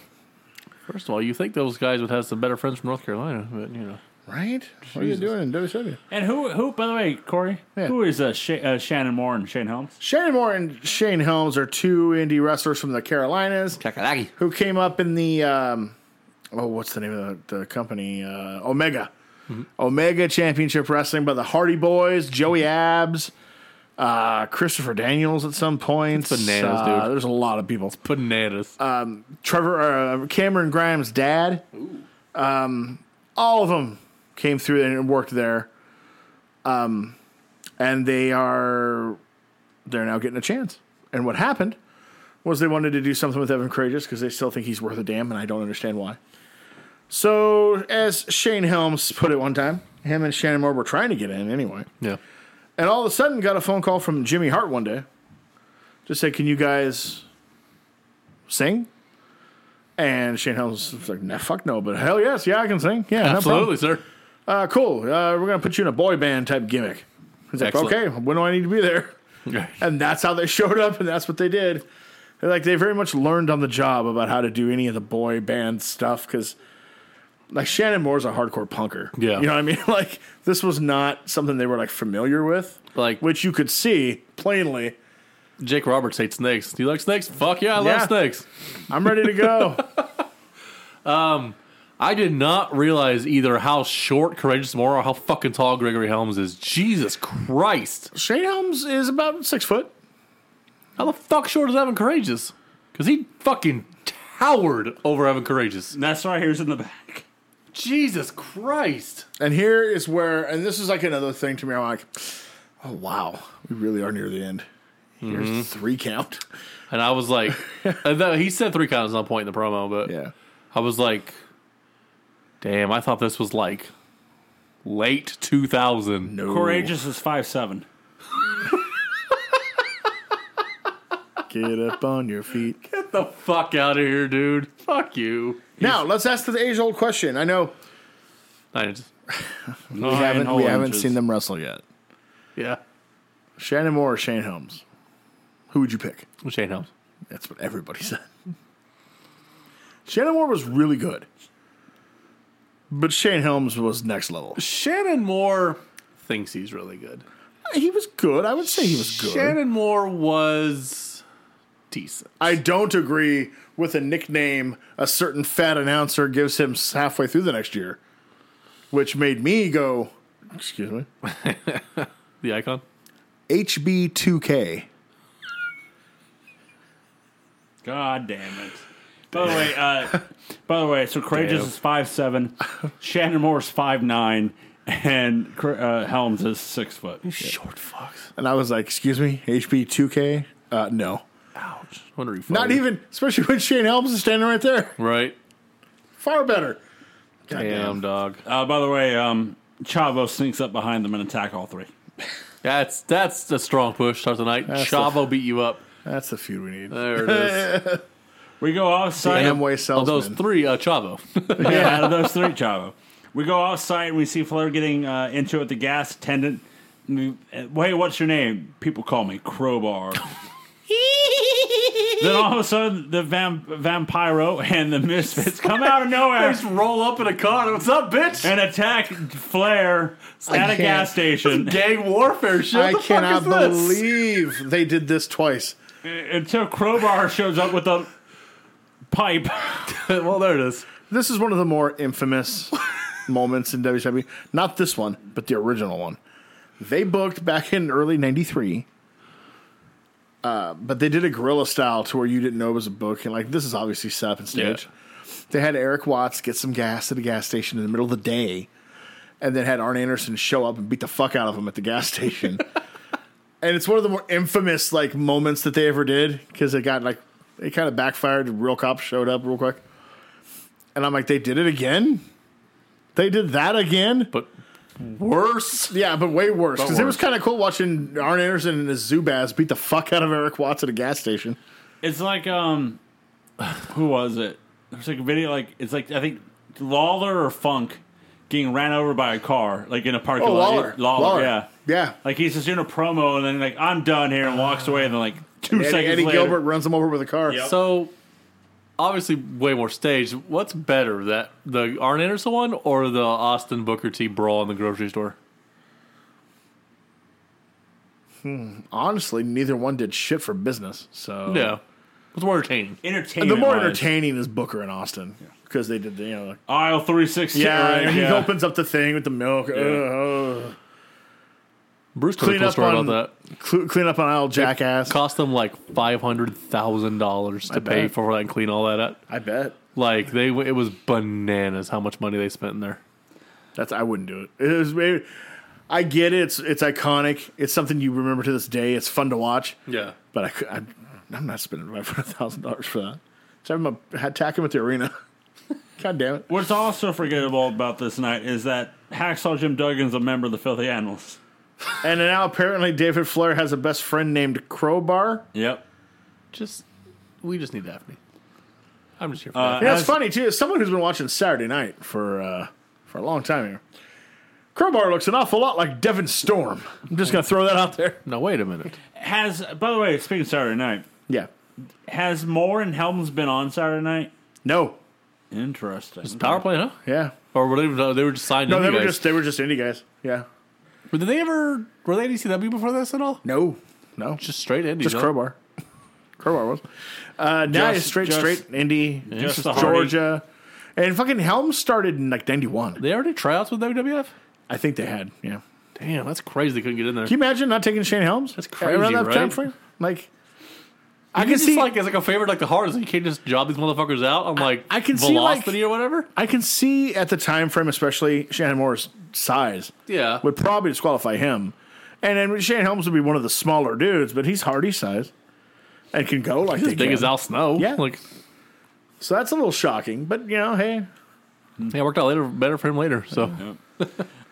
B: First of all, you think those guys would have some better friends from North Carolina, but you know.
C: right? What are you doing in WCW?
A: And who, who, by the way, Corey,
C: Yeah.
A: who is uh, Sha- uh, Shannon Moore and Shane Helms?
C: Shannon Moore and Shane Helms are two indie wrestlers from the Carolinas
B: Kakalaki.
C: who came up in the um, oh, what's the name of the, the company? Uh, Omega,
B: Mm-hmm.
C: Omega Championship Wrestling by the Hardy Boys, Joey Abs, uh, Christopher Daniels at some point.
B: It's bananas,
C: Uh,
B: dude.
C: There's a lot of people.
B: Bananas.
C: Trevor uh, Cameron Grimes' dad. Um, all of them came through and worked there. Um, and they are they're now getting a chance. And what happened was they wanted to do something with Evan Courageous because they still think he's worth a damn, and I don't understand why. So as Shane Helms put it one time, him and Shannon Moore were trying to get in anyway.
B: yeah.
C: And all of a sudden, got a phone call from Jimmy Hart one day. Just said, "Can you guys sing?" And Shane Helms was like, "Nah, fuck no, but hell yes, yeah, I can sing. Yeah, no problem.
B: Absolutely, sir.
C: Uh, cool. Uh, we're gonna put you in a boy band type gimmick." He's like,
B: Excellent.
C: "Okay, when do I need to be there?" And that's how they showed up, and that's what they did. They're like they very much learned on the job about how to do any of the boy band stuff because, like, Shannon Moore's a hardcore punker.
B: Yeah.
C: you know what I mean. Like, this was not something they were like familiar with
B: Like
C: which you could see plainly.
B: Jake Roberts hates snakes. Do you like snakes? Fuck yeah, I
C: Yeah.
B: love snakes.
C: I'm ready to go.
B: I did not realize either how short Courageous Moore or how fucking tall Gregory Helms is. Jesus Christ.
C: Shane Helms is about six foot.
B: How the fuck short is Evan Courageous? Because he fucking towered over Evan Courageous.
A: That's right here's in the back.
B: Jesus Christ.
C: And here is where, and this is like another thing to me. I'm like, oh wow, we really are near the end. Here's three count.
B: And I was like, and that- he said three counts at some point in the promo, but I was like, damn, I thought this was like late 2000.
C: No.
A: Courageous is five seven.
C: Get up on your feet.
B: Get the fuck out of here, dude. Fuck you.
C: Now let's ask the age old question. I know
B: I just,
A: We
C: we haven't, we haven't seen them wrestle yet.
B: yeah.
C: Shannon Moore or Shane Helms? Who would you pick?
B: Shane Helms.
C: That's what everybody said. Shannon Moore was really good. But Shane Helms was next level.
B: Shannon Moore thinks he's really good.
C: He was good. I would say he was good.
B: Shannon Moore was decent.
C: I don't agree with a nickname a certain fat announcer gives him halfway through the next year, which made me go, excuse me,
B: The icon?
C: HB2K.
A: God damn it. By the way, uh, by the way, so Courageous is five seven, Shannon Moore is five nine, and Cor- uh, Helms is six foot.
B: Short fucks.
C: And I was like, excuse me, HB2K? Uh, no.
B: Ouch. Wonder he
C: Not
B: farted.
C: even, especially when Shane Helms is standing right there.
B: Right.
C: Far better.
B: Damn, dog.
A: Uh, by the way, um, Chavo sneaks up behind them and attack all three.
B: That's that's a strong push. Start the night.
C: That's
B: Chavo beat you up.
C: That's the feud we need.
B: There it is.
A: We go outside.
C: Amway
B: of those
C: salesman.
B: three, uh, Chavo.
A: yeah, out of those three, Chavo. We go outside and we see Flair getting uh, into it with the gas attendant. And we- uh, Hey, what's your name? People call me Crowbar. then all of a sudden, the vamp- Vampiro and the Misfits come out of nowhere
B: just roll up in a car. What's up, bitch?
A: and attack Flair at a
C: can't.
A: gas station
B: Gang warfare shit.
C: I
B: What the
C: cannot
B: fuck is this?
C: believe they did this twice.
A: until Crowbar shows up with a pipe.
B: well, there it is.
C: This is one of the more infamous moments in WWE. Not this one, but the original one. They booked back in early '93, uh, but they did a guerrilla style to where you didn't know it was a book, and like this is obviously set up and staged. They had Eric Watts get some gas at a gas station in the middle of the day, and then had Arn Anderson show up and beat the fuck out of him at the gas station. and it's one of the more infamous like moments that they ever did because it got like it kind of backfired. Real cops showed up real quick, and I'm like, they did it again. They did that again.
B: But worse.
C: Yeah, but way worse. Because it was
B: worse.
C: kind of cool watching Arn Anderson and his Zubaz beat the fuck out of Eric Watts at a gas station.
A: It's like um, who was it? There's like a video like it's like I think Lawler or Funk getting ran over by a car like in a parking
C: Oh,
A: lot.
C: Lawler.
A: Lawler,
C: Lawler.
A: yeah.
C: Yeah.
A: Like he's just doing a promo and then like I'm done here and walks away and then like two
C: Eddie,
A: seconds
C: Eddie
A: later.
C: Gilbert runs him over with a car.
A: Yep.
B: So, obviously, way more staged. What's better, that the Arn Anderson one or the Austin Booker T brawl in the grocery store?
C: Honestly, neither one did shit for business. So
B: Yeah, it's more entertaining.
A: Entertainment.
C: And the more
A: wise.
C: entertaining is Booker and Austin because they did the, you know, like,
A: Aisle three sixty.
C: yeah,
A: right,
C: and he
A: yeah.
C: opens up the thing with the milk. uh, Ugh.
B: Bruce told a
C: Clean
B: cool
C: up
B: story
C: on-
B: about that.
C: Cl- clean up on aisle jackass.
B: Cost them like five hundred thousand dollars to pay
C: bet.
B: for that and clean all that up.
C: I bet.
B: Like they, it was bananas how much money they spent in there.
C: That's I wouldn't do it. It was maybe I get it. It's it's iconic. It's something you remember to this day. It's fun to watch.
B: Yeah,
C: But I, could- I I'm not spending five hundred thousand dollars for that. So I'm a, attack him at the arena. God damn it!
A: What's also forgettable about this night is that Hacksaw Jim Duggan's a member of the Filthy Animals.
C: And now apparently David Flair has a best friend named Crowbar.
A: Yep.
B: just we just need Daphne. I'm just here for
A: Uh,
B: that.
C: Yeah, it's
A: As-
C: funny too. As someone who's been watching Saturday Night for uh, for a long time here, Crowbar looks an awful lot like Devin Storm. I'm just gonna throw that out there.
B: Now wait a minute.
A: Has by the way, speaking of Saturday night,
C: Yeah.
A: has Moore and Helms been on Saturday night?
C: No.
A: Interesting.
B: Power play, huh?
C: Yeah.
B: Or whatever. They were just signed.
C: No,
B: in,
C: they
B: you
C: were
B: guys.
C: just they were just indie guys. Yeah.
B: But did they ever were they at ECW before this at all?
C: No. No.
B: Just straight indies.
C: Just
B: huh?
C: crowbar. crowbar was. Uh, now
A: Just-
C: it's straight,
A: just-
C: straight indie.
A: just
C: Just
A: the Hardy.
C: Georgia. And fucking Helm started in like 91.
B: They already tryouts with WWF.
C: I think they had, yeah.
B: Damn, that's crazy. They couldn't get in there.
C: Can you imagine not taking Shane Helms? That's
B: crazy, right?
C: Like, I
B: You
C: can
B: just
C: see,
B: like it's like a favorite, like the hardest. You can't just job these motherfuckers out. I'm like
C: I can see, like-
B: velocity or whatever.
C: I can see at the time frame, especially Shannon Moore's size
B: Yeah,
C: would probably disqualify him. And then Shane Helms would be one of the smaller dudes, but he's Hardy size and can go like
B: he's as
C: they
B: big
C: can.
B: as Al Snow.
C: Yeah.
B: like
C: So that's a little shocking, but you know, hey,
B: yeah, it worked out later, better for him later. So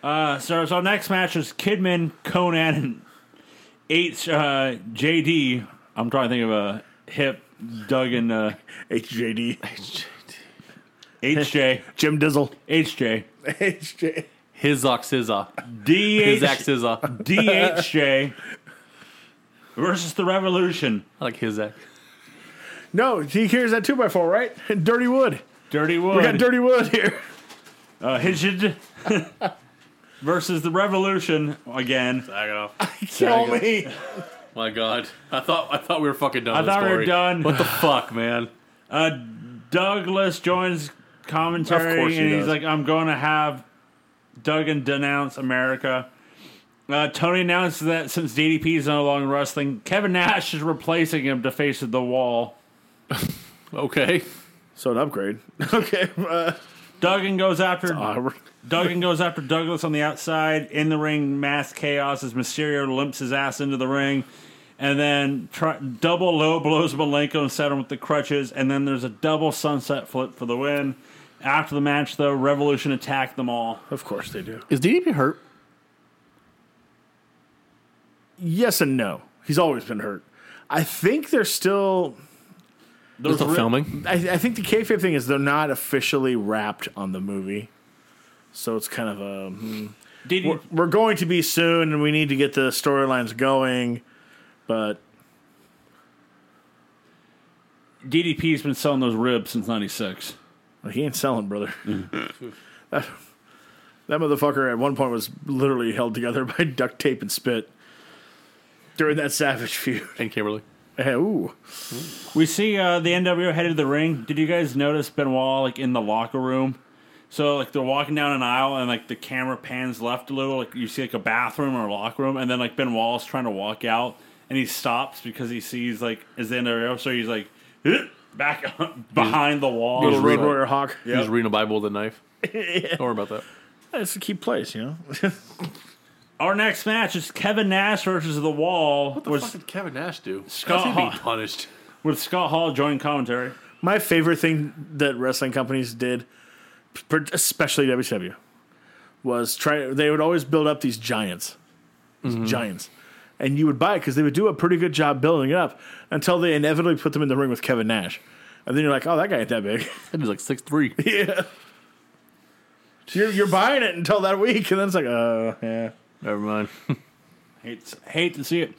A: Uh, so, so next match is Kidman, Conan, and H uh, JD. I'm trying to think of a hip Doug and uh,
C: HJD,
A: HJ
C: Jim Dizzle,
A: HJ
C: HJ,
B: his ox scissor, his axe
A: DH,
B: scissor.
A: DHJ versus the Revolution.
B: I like his axe.
C: No, he hears that two by four, right? Dirty wood.
A: Dirty Wood.
C: We got dirty wood here.
A: uh, Hijid versus the Revolution again.
B: Back it off.
C: Kill me.
B: My God, I thought I thought we were fucking done.
A: I
B: with this
A: thought we were
B: story.
A: done.
B: What the fuck, man?
A: Uh, Douglas joins
C: Of course
A: commentary
C: he
A: and he's
C: does.
A: like, I'm going to have Duggan denounce America. Uh, Tony announced that since DDP is no longer wrestling, Kevin Nash is replacing him to face the wall.
B: Okay,
C: So an upgrade. okay. Uh,
A: Duggan goes after
C: uh,
A: Duggan goes after Douglas on the outside in the ring. Mass chaos as Mysterio limps his ass into the ring, and then try, double low blows Malenko and set him with the crutches. And then there's a double sunset flip for the win. After the match, though, Revolution attacked them all.
C: of course they do.
B: is DDP hurt?
C: Yes and no. He's always been hurt. I think they're still.
A: There's
B: Still
A: re-
B: filming.
C: I, I think the kayfabe thing is they're not officially wrapped on the movie, so it's kind of a hmm,
A: Did you,
C: we're going to be soon, and we need to get the storylines going. But
A: DDP's been selling those ribs since '96.
C: Well, he ain't selling, brother. that, that motherfucker at one point was literally held together by duct tape and spit during that savage feud.
B: And Kimberly.
C: Eh, Ooh.
A: We see uh, the NWO headed to the ring. Did you guys notice Benoit like in the locker room? So like they're walking down an aisle and like the camera pans left a little. Like you see like a bathroom or a locker room, and then like Benoit's trying to walk out and he stops because he sees like is the NWO. So he's like "Eh," back up behind the
B: He's
A: wall.
C: Little Road
B: reading-
C: Warrior Hawk.
B: He was reading a Bible with a knife. Don't worry about that.
C: That's a key place, you know?
A: Our next match is Kevin Nash versus the Wall with,
B: did Kevin Nash do?
A: Scott
B: How's he being
A: Hall-
B: punished?
A: with Scott Hall joining commentary.
C: My favorite thing that wrestling companies did, per- especially WCW, was try. They would always build up these giants, These giants, and you would buy it because they would do a pretty good job building it up until they inevitably put them in the ring with Kevin Nash, and then you're like, oh, that guy ain't that big.
B: That dude's like six three.
C: yeah. You're, you're buying it until that week, and then it's like, oh, yeah.
B: Never mind.
A: Hate hate to see it.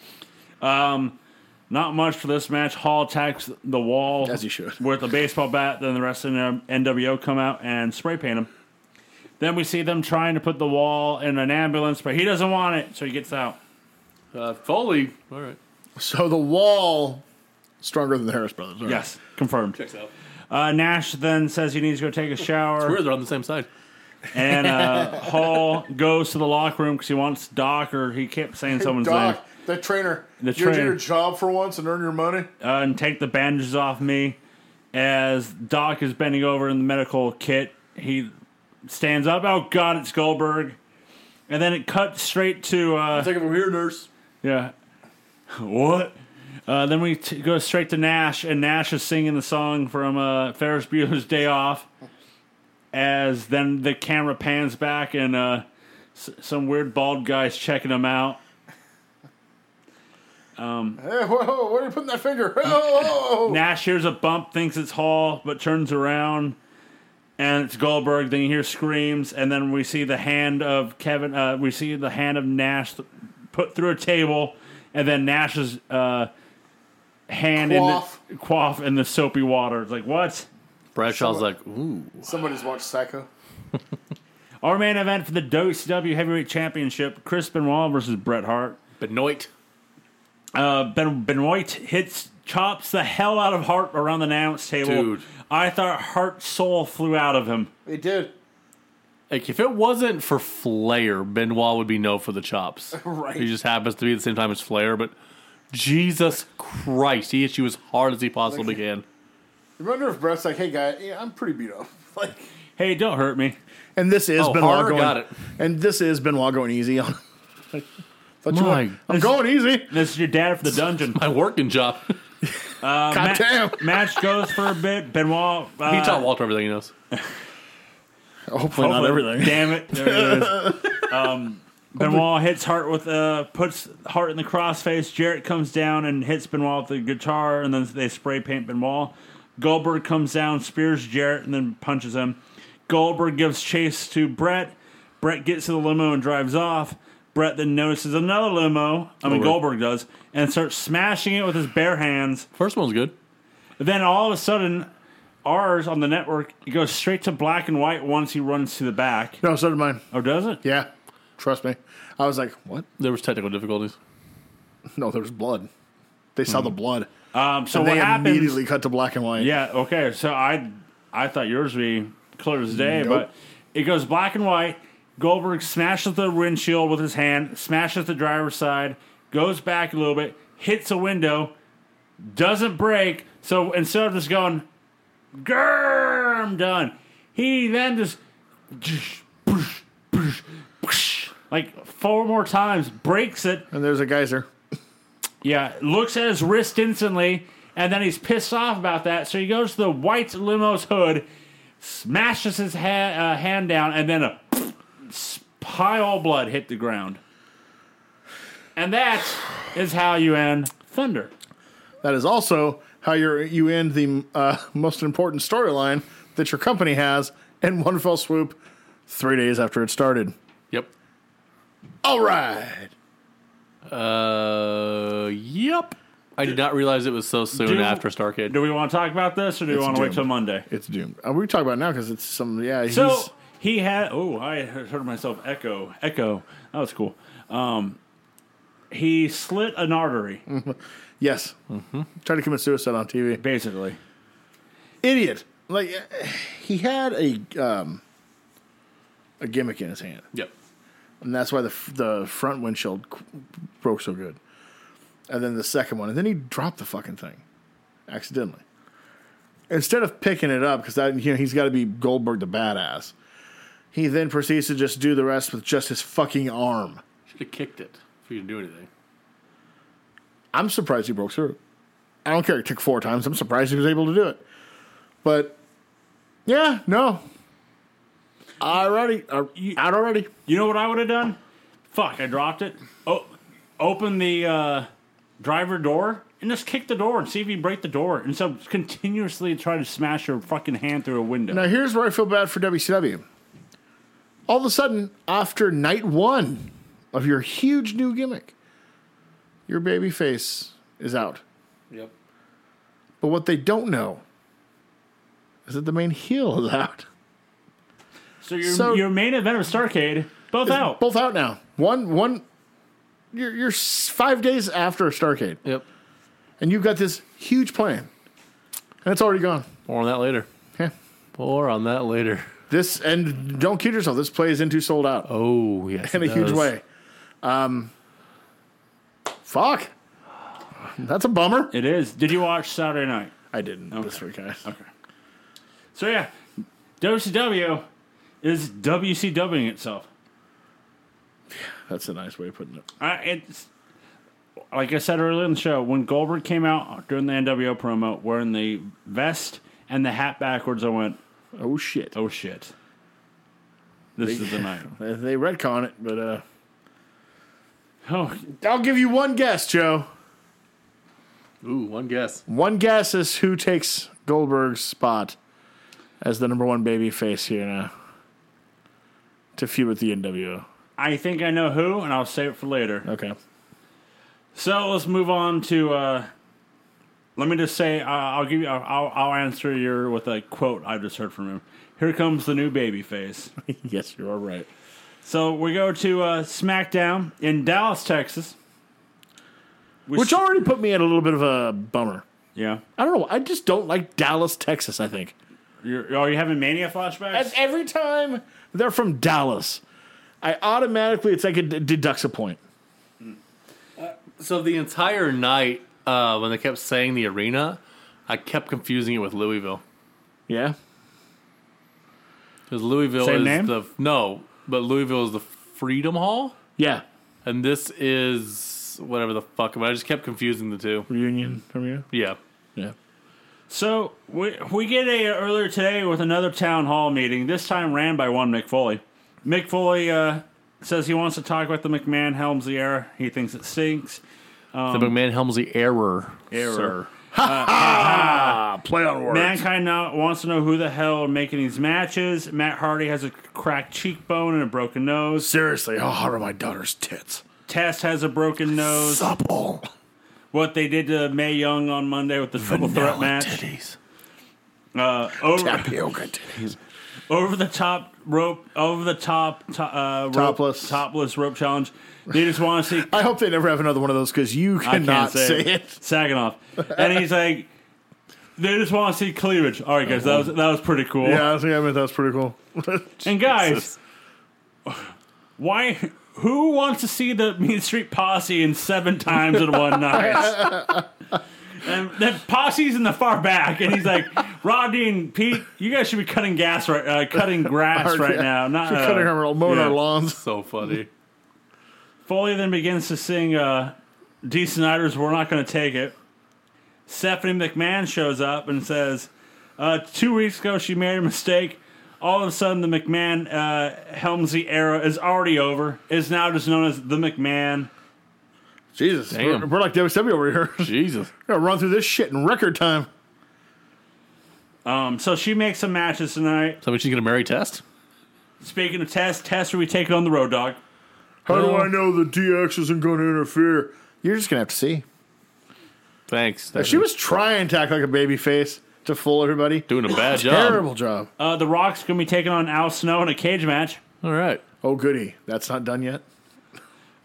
A: Um, not much for this match. Hall attacks the wall
C: As he should.
A: with a baseball bat. Then the rest of the NWO come out and spray paint him. Then we see them trying to put the wall in an ambulance, but he doesn't want it, so he gets out.
B: Uh, Foley. All right.
F: So the wall stronger than the Harris brothers. all right.
A: Yes, confirmed.
B: Checks out.
A: Uh, Nash then says he needs to go take a shower,
B: Weird, they're on the same side.
A: and uh, Hall goes to the locker room because he wants Doc, or he kept saying someone's name,
F: Doc, that trainer.
A: The
F: you do
A: trainer.
F: your job for once and earn your money.
A: uh, and take the bandages off me. As Doc is bending over in the medical kit, he stands up. Oh God, it's Goldberg. And then it cuts straight to uh,
B: Take it from here, nurse.
A: Yeah. What? Uh, then we t- go straight to Nash, and Nash is singing the song from uh, Ferris Bueller's Day Off. As then the camera pans back, and uh, s- some weird bald guy's checking him out.
F: Hey, whoa, whoa, where are you putting that finger? Oh,
A: Nash hears a bump, thinks it's Hall, but turns around, and it's Goldberg. Then you hear screams, and then we see the hand of Kevin. Uh, we see the hand of Nash th- put through a table, and then Nash's uh, hand
F: Quaff.
A: in the quaff in the soapy water. It's like what?
B: Bradshaw's like, ooh.
F: Somebody's watched Psycho.
A: Our main event for the WCW Heavyweight Championship: Chris Benoit versus Bret Hart.
B: Benoit.
A: Uh, ben Benoit hits chops the hell out of Hart around the announce table.
B: Dude.
A: I thought Hart's soul flew out of him.
G: It did.
B: Like if it wasn't for Flair, Benoit would be no for the chops.
G: Right.
B: He just happens to be at the same time as Flair, but Jesus Christ, he hits you as hard as he possibly can.
G: You wonder if Brett's like, hey, guy, yeah, I'm pretty beat up. Like,
A: Hey, don't hurt me.
C: And this is
B: Oh,
C: Benoit
B: Harder
C: going.
B: got it.
C: And this is Benoit going easy on. But
B: My-
C: I'm going easy.
A: This is your dad for the dungeon.
B: My working job. He
C: God damn.
A: Match goes for a bit. Benoit. Uh,
B: taught Walter everything he knows.
C: Hopefully not
A: Hopefully-
C: everything.
A: Damn it. There it is. Um, Benoit hits Hart with uh puts Hart in the crossface. Jarrett comes down and hits Benoit with the guitar, and then they spray paint Benoit. Goldberg comes down, spears Jarrett, and then punches him. Goldberg gives chase to Brett. Brett gets to the limo and drives off. Brett then notices another limo. I mean Goldberg does, and starts smashing it with his bare hands.
B: First one's good.
A: Then all of a sudden, ours on the network it goes straight to black and white once he runs to the back.
C: No, so did mine.
A: Oh, does it?
C: Yeah, trust me. I was like, what?
B: There was technical difficulties.
C: No, there was blood. They saw the blood.
A: Um, so
C: and
A: what
C: they
A: happens?
C: immediately cut to black and white.
A: Yeah. Okay. So I, I thought yours would be clear as day, but it goes black and white. Goldberg smashes the windshield with his hand, smashes the driver's side, goes back a little bit, hits a window, doesn't break. So instead of just going, "Grrr, I'm done," he then just, "Psh, psh, psh, psh," like four more times, breaks it,
C: And there's a geyser.
A: yeah, looks at his wrist instantly, and then he's pissed off about that. So he goes to the white limo's hood, smashes his ha- uh, hand down, and then a pile of blood hit the ground. And that is how you end Thunder.
C: That is also how you you end the uh, most important storyline that your company has in one fell swoop, three days after it started.
B: Yep.
C: All right.
B: Uh, yep. I did not realize it was so soon
A: Do-
B: after Starcade.
A: Do we want to talk about this, or do we want to wait
C: doomed.
A: till Monday?
C: It's doomed. Uh, we talk about it now because it's some yeah.
A: So
C: he's,
A: he had. Oh, I heard myself echo, echo. That was cool. Um, he slit an artery,
C: yes,
A: Mm-hmm.
C: tried to commit suicide on TV.
A: basically.
C: Idiot. Like uh, he had a um, a gimmick in his hand.
B: Yep.
C: and that's why the f- the front windshield qu- broke so good. And then the second one, and then he dropped the fucking thing accidentally. Instead of picking it up because you know he's got to be Goldberg the badass, he then proceeds to just do the rest with just his fucking arm.
B: Should have kicked it if you didn't do anything.
C: I'm surprised he broke through. I don't care. It took four times. I'm surprised he was able to do it. But yeah, no. Alrighty, uh, out already.
A: You know what I would have done? Fuck, I dropped it. Oh, open the uh, driver door and just kick the door and see if you break the door. And so continuously try to smash your fucking hand through a window.
C: Now here's where I feel bad for WCW. All of a sudden, after night one of your huge new gimmick, your baby face is out.
B: Yep.
C: But what they don't know is that the main heel is out.
A: so, your,
C: so-
A: your main event of Starcade, both out.
C: Both out now. One one you're you're s- five days after Starcade.
B: Yep.
C: And you've got this huge plan. And it's already gone.
B: More on that later.
C: Yeah.
B: More on that later.
C: This and don't kid yourself, this plays into sold out.
B: Oh yes.
C: in a
B: it
C: huge
B: does.
C: way. Um, fuck. That's a bummer.
A: it is. Did you watch Saturday night?
C: I didn't this week, guys.
A: So yeah, WCW is WCWing itself.
C: That's a nice way of putting it.
A: I, it's like I said earlier in the show when Goldberg came out during the NWO promo wearing the vest and the hat backwards. I went,
C: Oh shit.
A: oh shit, this is the night.
C: They they retcon it, but uh,
A: Oh,
C: I'll give you one guess, Joe.
B: Ooh, one guess.
C: One guess is who takes Goldberg's spot as the number one baby face here now to feud with the NWO.
A: I think I know who, and I'll save it for later.
C: Okay.
A: So let's move on to. Uh, let me just say, uh, I'll give you. I'll, I'll answer your with a quote I just heard from him. Here comes the new baby face.
C: yes, you are right.
A: So we go to uh, SmackDown in Dallas, Texas.
C: which already put me at a little bit of a bummer.
A: yeah.
C: I don't know. I just don't like Dallas, Texas. I think.
A: You're, are you having mania flashbacks?
C: And every time they're from Dallas, I automatically it's like it d- deducts a point.
B: So the entire night, uh, when they kept saying the arena, I kept confusing it with Louisville
C: Yeah.
B: because Louisville
A: Same
B: is
A: name?
B: the no, but Louisville is the Freedom Hall,
C: Yeah.
B: and this is whatever the fuck. But I just kept confusing the two.
C: Reunion arena.
B: Yeah,
C: Yeah.
A: So we we get a earlier today with another town hall meeting. This time ran by one Mick Foley. Mick Foley uh, says he wants to talk about the McMahon Helmsley era. He thinks it stinks.
B: the McMahon Helmsley error.
A: Error.
C: Uh, play on words.
A: Mankind now wants to know who the hell are making these matches. Matt Hardy has a cracked cheekbone and a broken nose.
C: Seriously, how hard are my daughter's tits?
A: Test has a broken nose.
C: Supple.
A: What they did to May Young on Monday with the triple threat match.
C: Titties.
A: Uh, over,
C: Tapioca titties.
A: over the top rope, over the top, to, uh, rope-
C: Topless.
A: topless rope challenge. They just want to see
C: I hope they never have another one of those because you
A: I can't
C: cannot
A: say,
C: say
A: it.
C: it.
A: Saginaw. And he's like, they just want to see cleavage. All right, guys, that was that was pretty cool.
C: Yeah, I think I meant that's pretty cool.
A: And guys, why? Who wants to see the Mean Street Posse in seven times in one night? And that posse's in the far back, and he's like, "Rodney and Pete, you guys should be cutting gas right, uh, cutting grass right now, not uh,
C: Cutting our mowing
A: yeah.
C: our lawns.
B: So funny.
A: Foley then begins to sing uh, D. Snyder's We're Not Gonna Take It. Stephanie McMahon shows up and says, uh, Two weeks ago, she made a mistake. All of a sudden, the McMahon uh, Helmsley era is already over, is now just known as the McMahon.
C: Jesus,
B: Damn.
C: We're, we're like WCW over here. We're
B: Jesus.
C: gonna run through this shit in record time.
A: Um, so she makes some matches tonight.
B: So I mean, she's gonna marry Test.
A: Speaking of Test, Test will be taking on the Road Dog.
C: How
B: do I
C: know the DX isn't going to interfere? You're just gonna have to see.
B: Thanks.
C: If she was trying to act like a baby face to fool everybody,
B: doing a bad job.
C: terrible job.
A: Uh, the Rock's going to be taking on Al Snow in a cage match.
B: All right.
C: Oh goody, that's not done yet.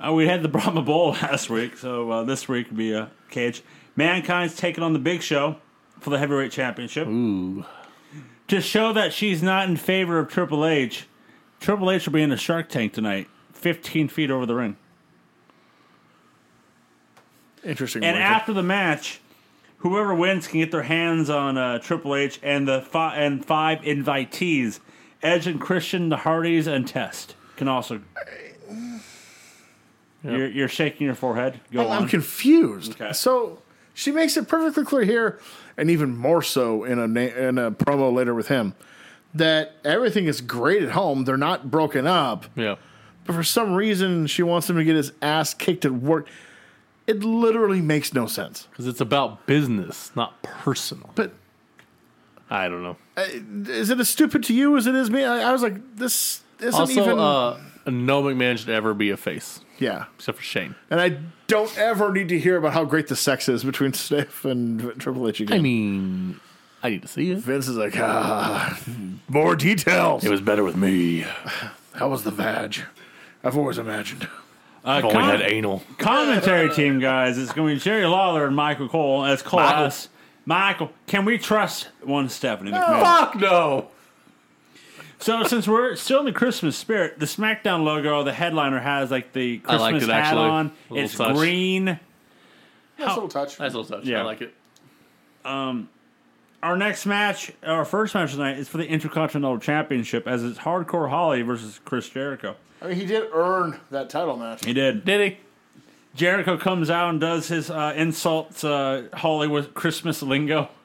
A: Uh, we had the Brahma Bowl last week, so uh, this week will be a cage. Mankind's taking on the Big Show for the heavyweight championship. Ooh. To show that she's not in favor of Triple H, Triple H will be in the Shark Tank tonight, 15 feet over the ring.
C: Interesting.
A: And
C: Michael.
A: after the match, whoever wins can get their hands on uh, Triple H and the fi- and five invitees. Edge and Christian, the Hardys, and Test can also. You're, you're shaking your forehead. Go
C: I'm
A: on.
C: confused.
A: Okay.
C: So she makes it perfectly clear here, and even more so in a na- in a promo later with him, that everything is great at home. They're not broken up,
B: Yeah.
C: but for some reason she wants him to get his ass kicked at work. It literally makes no sense.
B: Because it's about business, not personal.
C: But uh,
B: I don't know.
C: is it as stupid to you as it is me? I, I was like, this isn't
B: also,
C: even.
B: uh, no McMahon should ever be a face,
C: yeah,
B: except for Shane.
C: and I don't ever need to hear about how great the sex is between Steph and Triple H again.
B: I mean, I need to see it.
C: Vince is like, ah, more details.
B: was better with me.
C: How was the vag? I've always imagined.
A: Uh,
B: I've only
A: Con-
B: had anal.
A: commentary team guys. It's going to be Jerry Lawler and Michael Cole as Colossus. Michael. can we trust one Stephanie McMahon?
B: Fuck no.
A: So since we're still in the Christmas spirit, the SmackDown logo, the headliner has like the
B: I liked
A: Christmas
B: it,
A: hat
B: actually.
A: on.
B: Little
A: It's
B: touch.
A: green.
H: Nice little touch.
B: Nice little touch.
A: Yeah.
B: I like it.
A: Our next match, our first match tonight, is for the Intercontinental Championship as it's Hardcore Holly versus Chris Jericho.
H: I mean, he did earn that title match.
A: He did.
B: Did he?
A: Jericho comes out and does his uh, insults uh, Hollywood Christmas lingo.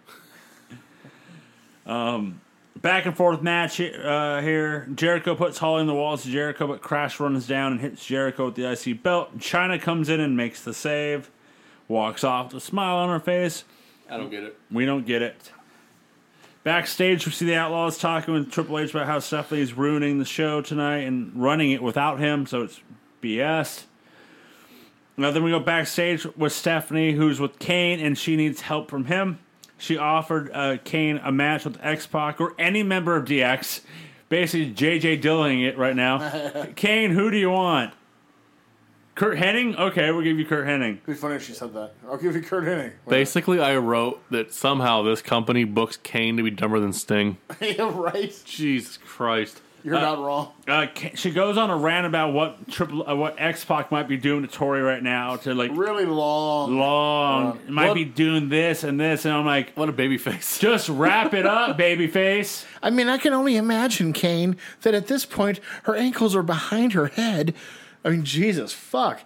A: Um, back and forth match uh, here. Jericho puts Holly in the walls to Jericho, but Crash runs down and hits Jericho with the IC belt. China comes in and makes the save, walks off with a smile on her face.
B: I don't get it.
A: We don't get it. Backstage, we see the Outlaws talking with Triple H about how Stephanie's ruining the show tonight and running it without him, so it's BS. Now, then we go backstage with Stephanie, who's with Kane, and she needs help from him. She offered uh, Kane a match with X Pac or any member of DX. Basically, JJ Dilling it right now. Kane, who do you want? Kurt Henning? Okay, we'll give you Kurt Henning.
I: It'd be funny if she said that. I'll give you Kurt Henning.
B: Basically, I wrote that somehow this company books Kane to be dumber than Sting.
I: yeah, right.
B: Jesus Christ.
I: You're not wrong.
A: Uh, K- she goes on a rant about what triple, uh, what X Pac might be doing to Tori right now to like
I: Really long.
C: Uh,
A: long might
B: what-
A: be doing this and this, and I'm like,
B: What a baby face.
A: just wrap it up, babyface.
C: I mean, I can only imagine, Kane, that at this point her ankles are behind her head. I mean, Jesus, fuck.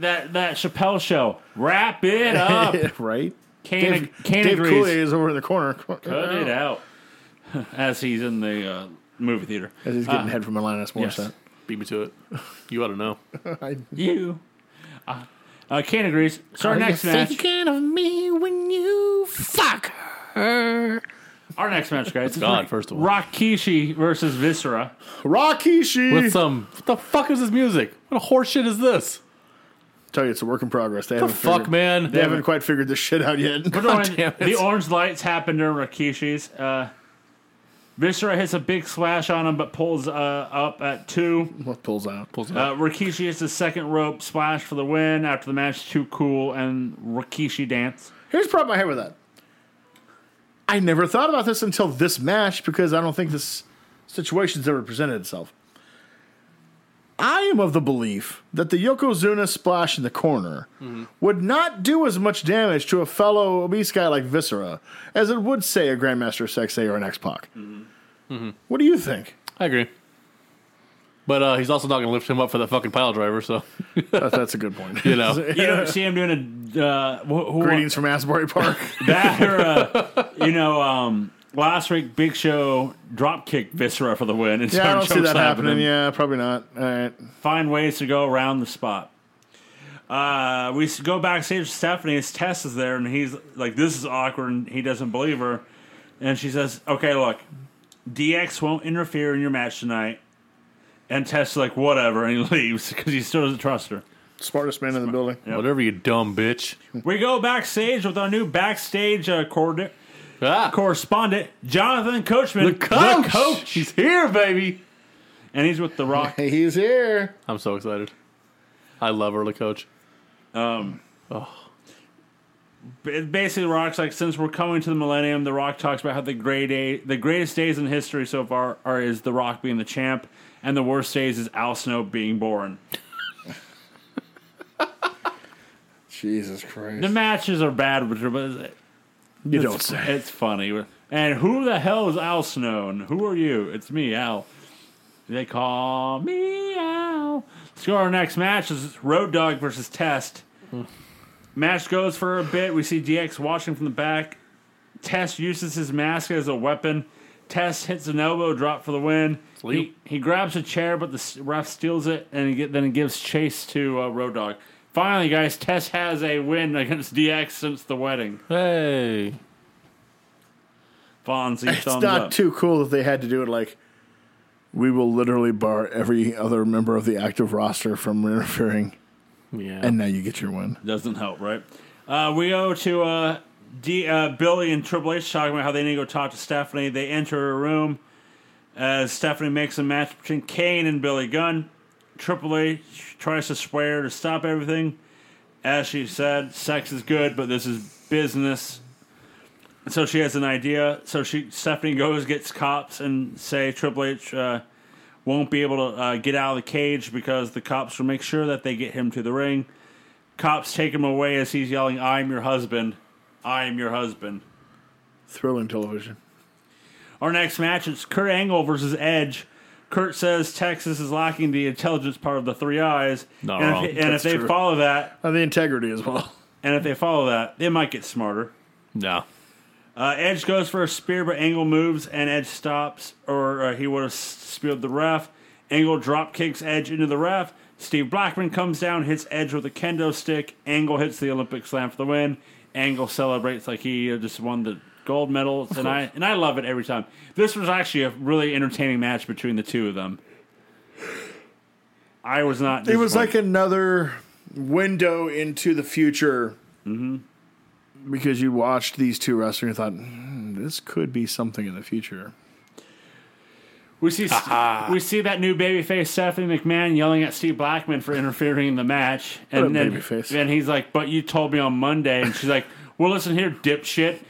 A: That that Chappelle show, wrap it up.
C: right?
A: Kane, Kane
C: Dave
A: agrees.
C: Coulier is over in the corner
A: Cut it out. As he's in the uh, movie theater.
C: as he's getting head from Alanis Morissette.
B: Beat me to it. You ought to know.
A: You. Uh, uh, Kane agrees. So our next
C: Are you
A: match.
C: thinking of me when you fuck her?
A: Our next match, guys. is
B: God,
A: Rock-
B: first of all.
A: Rakishi versus Viscera.
C: Rakishi.
B: With some. What the fuck is this music? What horseshit is this?
C: tell you, it's a work in progress. They
B: The
C: haven't figured,
B: fuck, man?
C: They haven't quite figured this shit out yet.
A: Put on-
B: damn it.
A: the orange lights happen during Rakishi's. Uh, Viscera hits a big splash on him, but pulls uh, up at two.
C: what pulls out? Pulls
A: Uh, Rikishi hits the second rope splash for the win. After the match, too cool and Rikishi dance.
C: Here's the problem I have with that. I never thought about this until this match because I don't think this situation's ever presented itself. I am of the belief that the Yokozuna splash in the corner
B: Mm-hmm.
C: would not do as much damage to a fellow obese guy like Viscera as it would, say, a Grandmaster Sexay or an X Pac.
B: Mm-hmm.
C: What do you think?
B: I agree. But uh, he's also not going to lift him up for that fucking pile driver, so,
C: That- that's a good point.
B: you know.
A: You don't see him doing a uh, wh- who-
C: Greetings from Asbury Park.
A: that or uh, you know um, last week Big Show drop kicked Viscera for the win. And
C: yeah, I
A: started
C: don't see that
A: chokeslapping
C: happening.
A: him.
C: Yeah, probably not. All right.
A: find ways to go around the spot. Uh, we s- go backstage to Stephanie's Tess is there, and he's like, "This is awkward," and he doesn't believe her. And she says, "Okay, look, DX won't interfere in your match tonight." And Tess is like, "Whatever," and he leaves because he still doesn't trust her.
C: Smartest man in the building.
B: Whatever, you dumb bitch.
A: We go backstage with our new backstage uh, coordi-
B: Ah,
A: correspondent, Jonathan Coachman,
B: the coach!
A: the coach,
B: He's here, baby!
A: and he's with The Rock.
C: He's here.
B: I'm so excited. I love early coach.
A: it basically rocks like since we're coming to the millennium the rock talks about how the gray day the greatest days in history so far are is the rock being the champ and the worst days is al snow being born
I: Jesus Christ.
A: the matches are bad but it's,
C: You don't say.
A: it's funny and who the hell is al snow and who are you it's me al they call me al let's go to our next match is road dog versus test match goes for a bit we see dx watching from the back Test uses his mask as a weapon. Test hits an elbow drop for the win. He,
B: Sleep.
A: he grabs a chair, but the s- ref steals it, and he get, then he gives chase to uh, Road Dog. Finally, guys, Test has a win against DX since the wedding.
B: Hey.
A: Fonzie
C: It's
A: thumbs
C: not
A: up.
C: too cool that they had to do it like we will literally bar every other member of the active roster from interfering,
B: Yeah.
C: and now you get your win.
A: Doesn't help, right? Uh, we go to uh, D, uh, Billy and Triple H talking about how they need to go talk to Stephanie. They enter a room as Stephanie makes a match between Kane and Billy Gunn. Triple H tries to swear to stop everything. As she said, sex is good, but this is business. So she has an idea. So she Stephanie goes, gets cops, and say Triple H uh, won't be able to uh, get out of the cage because the cops will make sure that they get him to the ring. Cops take him away as he's yelling, I'm your husband. I am your husband.
C: Thrilling television.
A: Our next match is Kurt Angle versus Edge. Kurt says Texas is lacking the intelligence part of the three eyes.
B: Not
A: and
B: wrong.
A: if, and if
C: That's
A: they
C: true.
A: follow that,
C: And Uh, the integrity as well.
A: and if they follow that, they might get smarter.
B: No.
A: Uh, Edge goes for a spear, but Angle moves and Edge stops, or uh, he would have speared the ref. Angle drop kicks Edge into the ref. Steve Blackman comes down, hits Edge with a kendo stick. Angle hits the Olympic slam for the win. Angle celebrates like he uh, just won the gold medal, and I and I love it every time. This was actually a really entertaining match between the two of them. I was not.
C: It was like
A: disappointed.
C: another window into the future because you watched these two wrestlers and thought, hmm, this could be something in the future.
A: We see we see that new babyface Stephanie McMahon yelling at Steve Blackman for interfering in the match, and
C: a
A: then
C: babyface.
A: and he's like, "But you told me on Monday," and she's like, "Well, listen here, dipshit,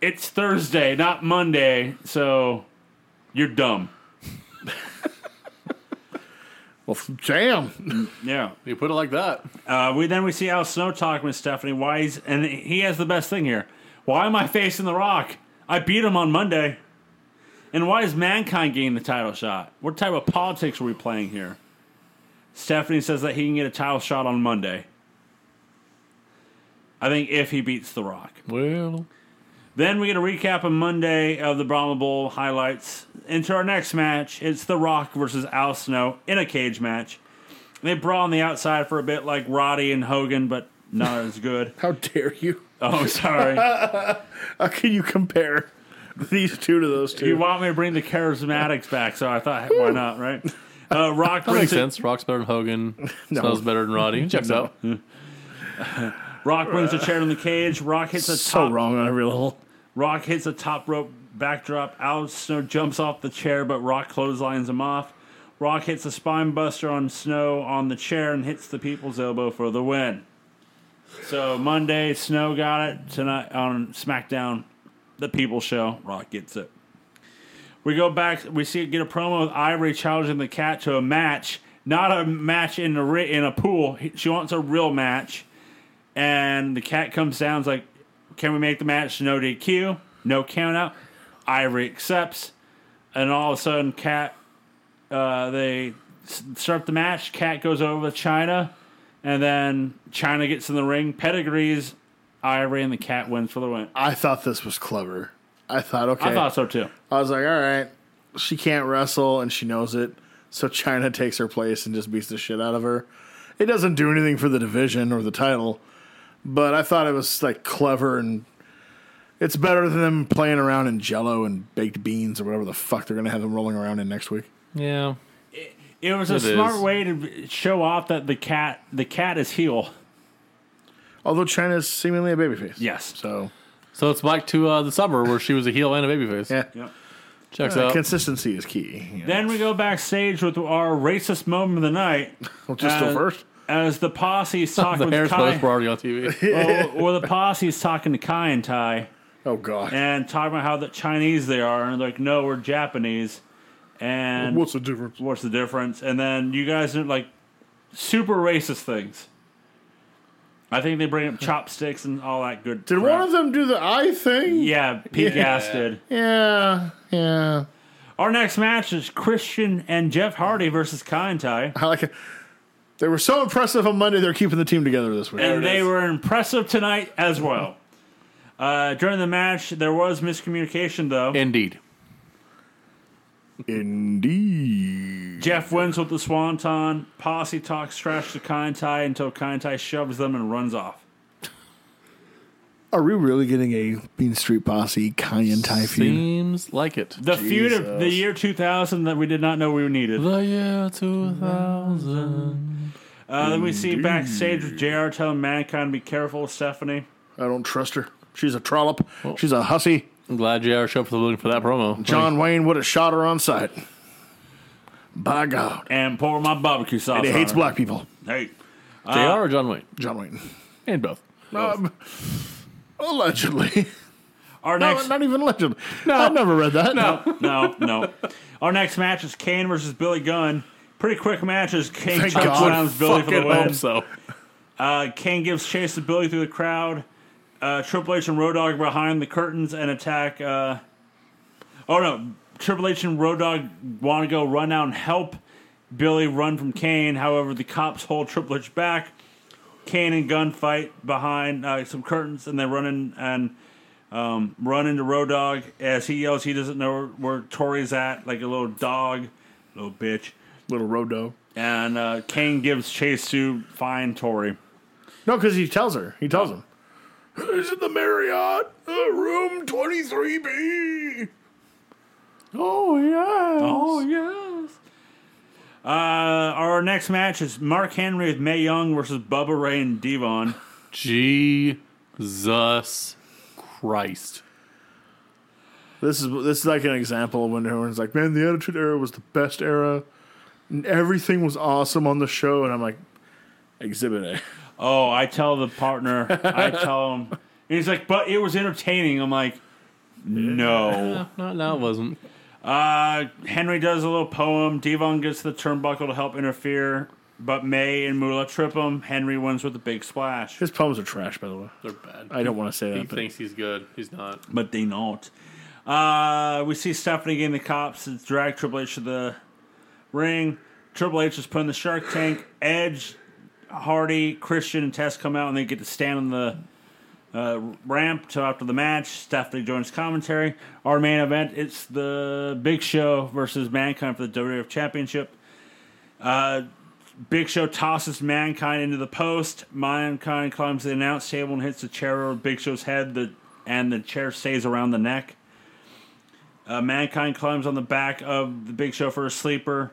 A: it's Thursday, not Monday, so you're dumb."
C: Well, f- damn.
A: Yeah.
B: You put it like that.
A: Uh, we then we see Al Snow talking with Stephanie. Why he's and he has the best thing here. Why am I facing the Rock? I beat him on Monday. And why is Mankind getting the title shot? What type of politics are we playing here? Stephanie says that he can get a title shot on Monday. I think if he beats The Rock.
B: Well,
A: Then we get a recap on Monday of the Brahma Bowl highlights. Into our next match, it's The Rock versus Al Snow in a cage match. They brawl on the outside for a bit like Roddy and Hogan, but not as good.
C: How dare you?
A: Oh, sorry.
C: How can you compare these two to those two?
A: You want me to bring the charismatics back, so I thought, why not, right? Uh, Rock
B: that makes
A: brings it-
B: sense. Rock's better than Hogan. Smells better than Roddy. Checks out.
A: Rock brings a chair in the cage. Rock hits a
C: so
A: top
C: wrong on every level.
A: Rock hits a top rope backdrop. Al Snow jumps off the chair, but Rock clotheslines him off. Rock hits a spine buster on Snow on the chair and hits the people's elbow for the win. So Monday, Snow got it. Tonight on SmackDown, the People Show, Rock gets it. We go back. We see get a promo with Ivory challenging the cat to a match, not a match in the ri- in a pool. He- She wants a real match, and the cat comes down. Is like, can we make the match no DQ, no count out? Ivory accepts, and all of a sudden, cat uh, they s- start the match. Cat goes over to China, and then China gets in the ring, pedigrees Ivory, and the cat wins for the win.
C: I thought this was clever. I thought, okay.
A: I thought so too.
C: I was like, all right, she can't wrestle and she knows it. So China takes her place and just beats the shit out of her. It doesn't do anything for the division or the title, but I thought it was like clever and it's better than them playing around in jello and baked beans or whatever the fuck they're going to have them rolling around in next week.
B: Yeah.
A: It was a
B: It
A: smart
B: is.
A: way to show off that the cat the cat is heel.
C: Although China's seemingly a babyface.
A: Yes.
C: So
B: So it's back to uh, the summer where she was a heel and a babyface.
C: Yeah.
A: Yep.
B: Checks
C: uh,
B: out.
C: consistency is key. you know.
A: Then we go backstage with our racist moment of the night.
C: Well, just
A: Uh,
C: the first.
A: As the posse's talking
B: the
A: with
B: Harris
A: Kai,
B: Brothers were already on TV.
A: well, well, the posse's talking to Kai and Tai,
C: Oh, God.
A: and talking about how the Chinese they are, and they're like, no, we're Japanese, and
C: What's the difference?
A: what's the difference? And then you guys are like super racist things. I think they bring up chopsticks and all that good.
C: Did
A: crap.
C: one of them do the eye thing?
A: Yeah, Pete Gas did.
C: Yeah. Yeah.
A: Our next match is Christian and Jeff Hardy versus Kai and Tai.
C: I like it. They were so impressive on Monday. They're keeping the team together this week.
A: and they were impressive tonight as well. Uh, during the match, there was miscommunication though.
B: Indeed.
C: Indeed.
A: Jeff wins with the Swanton. Posse talks trash to Kintai until Kintai shoves them and runs off.
C: Are we really getting a Bean Street Posse Kai and Tai feud?
B: Seems like it.
A: The feud of the year 2000 that we did not know we needed.
B: The year 2000.
A: Uh, then we see backstage with JR telling Mankind to be careful, Stephanie.
C: I don't trust her. She's a trollop. She's a hussy.
B: I'm glad JR showed up for the building for that promo.
C: John Wayne would have shot her on sight. By God.
A: And pour my barbecue sauce.
C: And he
A: on
C: hates
A: her.
C: black people.
A: Hey, Uh,
B: JR or John Wayne?
C: John Wayne.
B: And both.
C: Um, allegedly.
A: our
C: No,
A: next
C: not even allegedly. No, I never read that. No.
A: no, no. Our next match is Kane versus Billy Gunn. Pretty quick matches. Kane
C: Thank
A: chops
C: God.
A: down Billy for the
B: Fucking hope
A: win.
B: so.
A: Uh, Kane gives chase to Billy through the crowd. Uh, Triple H and Road Dogg behind the curtains and attack. Uh, oh no, Triple H and Road Dogg want to go run out and help Billy run from Kane. However, the cops hold Triple H back. Kane and Gunn fight behind uh, some curtains and they run in and um, run into Road Dogg as he yells he doesn't know where, where Tori's at, like a little dog, little bitch.
C: Little Rodo.
A: And uh, Kane gives chase to find Tori.
C: No, because he tells her. He
J: Oh.
C: tells him. Is it the Marriott? Uh, room 23B. Oh, yeah.
A: Oh yes. Uh, our next match is Mark Henry with May Young versus Bubba Ray and Devon.
B: Jesus Christ.
C: This is this is like an example of when everyone's like, "Man, the Attitude Era was the best era. And everything was awesome on the show." And I'm like, "Exhibit A."
A: Oh, I tell the partner, I tell him. And he's like, but it was entertaining. I'm like, no.
B: No, no, it wasn't.
A: Uh, Henry does a little poem. Devon gets the turnbuckle to help interfere, but May and Mula trip him. Henry wins with a big splash,
C: His poems are trash, by the way.
B: They're bad.
C: I don't want to say
B: He
C: that, but
B: thinks he's good. He's not.
A: but they don't. Uh, we see Stephanie getting the cops to drag Triple H to the ring. Triple H is put in the shark tank. Edge, Hardy, Christian, and Tess come out and they get to stand on the uh, ramp till after the match. Stephanie joins commentary. Our main event it's the Big Show versus Mankind for the WWF Championship. Uh, Big Show tosses Mankind into the post. Mankind climbs the announce table and hits the chair over Big Show's head, the, and the chair stays around the neck. Uh, Mankind climbs on the back of the Big Show for a sleeper,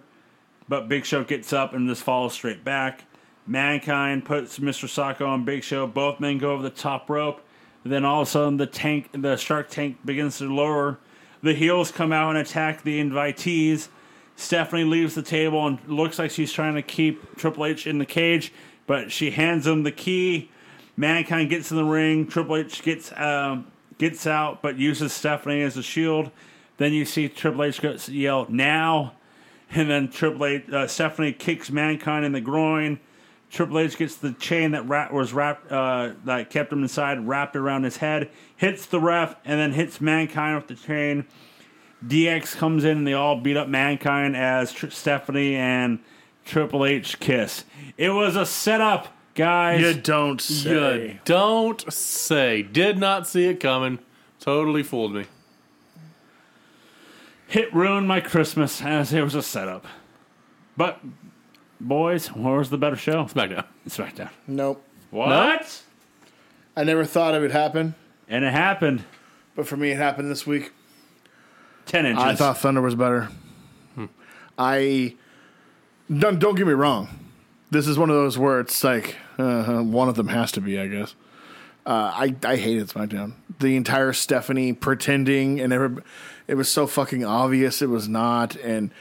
A: but Big Show gets up and just falls straight back. Mankind puts Mr. Sacco on Big Show. Both men go over the top rope. Then all of a sudden, the tank, the Shark Tank, begins to lower. The heels come out and attack the invitees. Stephanie leaves the table and looks like she's trying to keep Triple H in the cage, but she hands him the key. Mankind gets in the ring. Triple H gets um, gets out, but uses Stephanie as a shield. Then you see Triple H goes, yell now, and then Triple H uh, Stephanie kicks Mankind in the groin. Triple H gets the chain that wrap, was wrapped uh, that kept him inside wrapped around his head, hits the ref, and then hits Mankind with the chain. DX comes in and they all beat up Mankind as Tr- Stephanie and Triple H kiss. It was a setup, guys.
C: you don't say.
B: You don't say. Did not see it coming. Totally fooled me.
A: It ruined my Christmas as it was a setup. But, boys, what was the better show?
B: SmackDown.
A: It's SmackDown.
J: Nope.
A: What?
J: I never thought it would happen,
A: And it happened
J: but for me, it happened this week.
A: 10 inches.
C: I thought Thunder was better.
J: I
C: Don't, don't get me wrong. This is one of those where it's like uh, one of them has to be, I guess. Uh, I I hated SmackDown. The entire Stephanie pretending and every, it was so fucking obvious it was not, and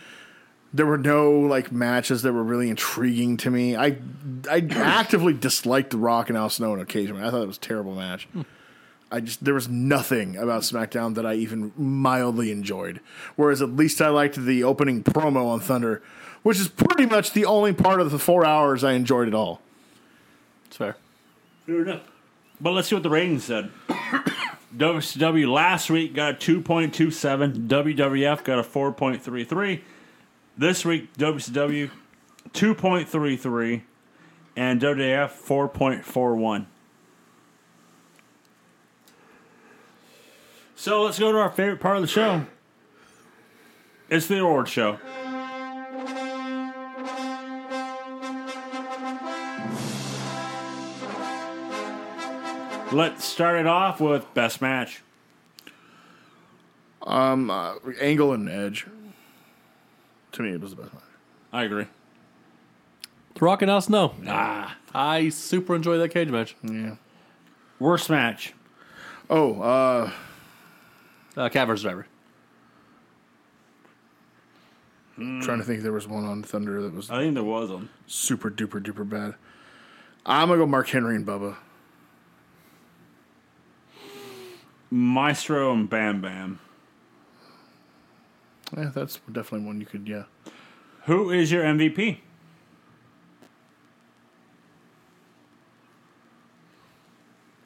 C: there were no like matches that were really intriguing to me. I I actively disliked The Rock and Al Snow on occasion. I thought it was a terrible match. I just there was nothing about SmackDown that I even mildly enjoyed. Whereas at least I liked the opening promo on Thunder, which is pretty much the only part of the four hours I enjoyed at all.
B: It's fair.
A: Fair enough. But let's see what the ratings said. WCW last week got a 2.27. WWF got a 4.33. This week, WCW 2.33 and WWF 4.41. So let's go to our favorite part of the show. It's the award show. Let's start it off with best match.
C: Angle and Edge. To me, it was the best match.
A: I agree.
B: The Rock and Al Snow. Nah.
A: Ah,
B: I super enjoy that cage match.
A: Worst match.
C: Oh, uh,
B: Uh, Cat vs. Driver.
C: trying to think, there was one on Thunder that was
A: I think there was one.
C: super duper duper bad. I'm gonna go Mark Henry and Bubba.
A: Maestro and Bam Bam.
C: Yeah, that's definitely one you could. Yeah,
A: Who is your MVP?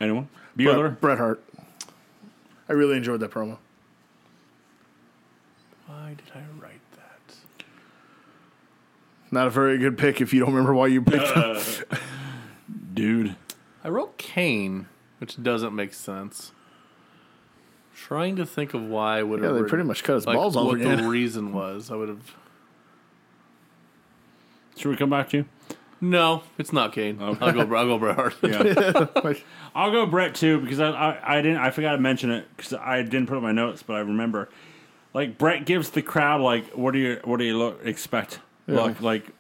A: Anyone? Bueller?
C: Bret, Bret Hart. I really enjoyed that promo.
B: Why did I write that?
C: Not a very good pick if you don't remember why you picked him.
A: Dude.
B: I wrote Kane, which doesn't make sense. Trying to think of why I would
C: Yeah,
B: have.
C: they pretty much cut his
B: like,
C: balls off
B: What the
C: again.
B: reason was. I would have.
A: Should we come back to you?
B: No, it's not Kane. I'll go. I'll go Bret Hart.
A: I'll go Brett too because I I, I didn't I forgot to mention it because I didn't put it in my notes but I remember. Like Brett gives the crowd like what do you what do you look expect look like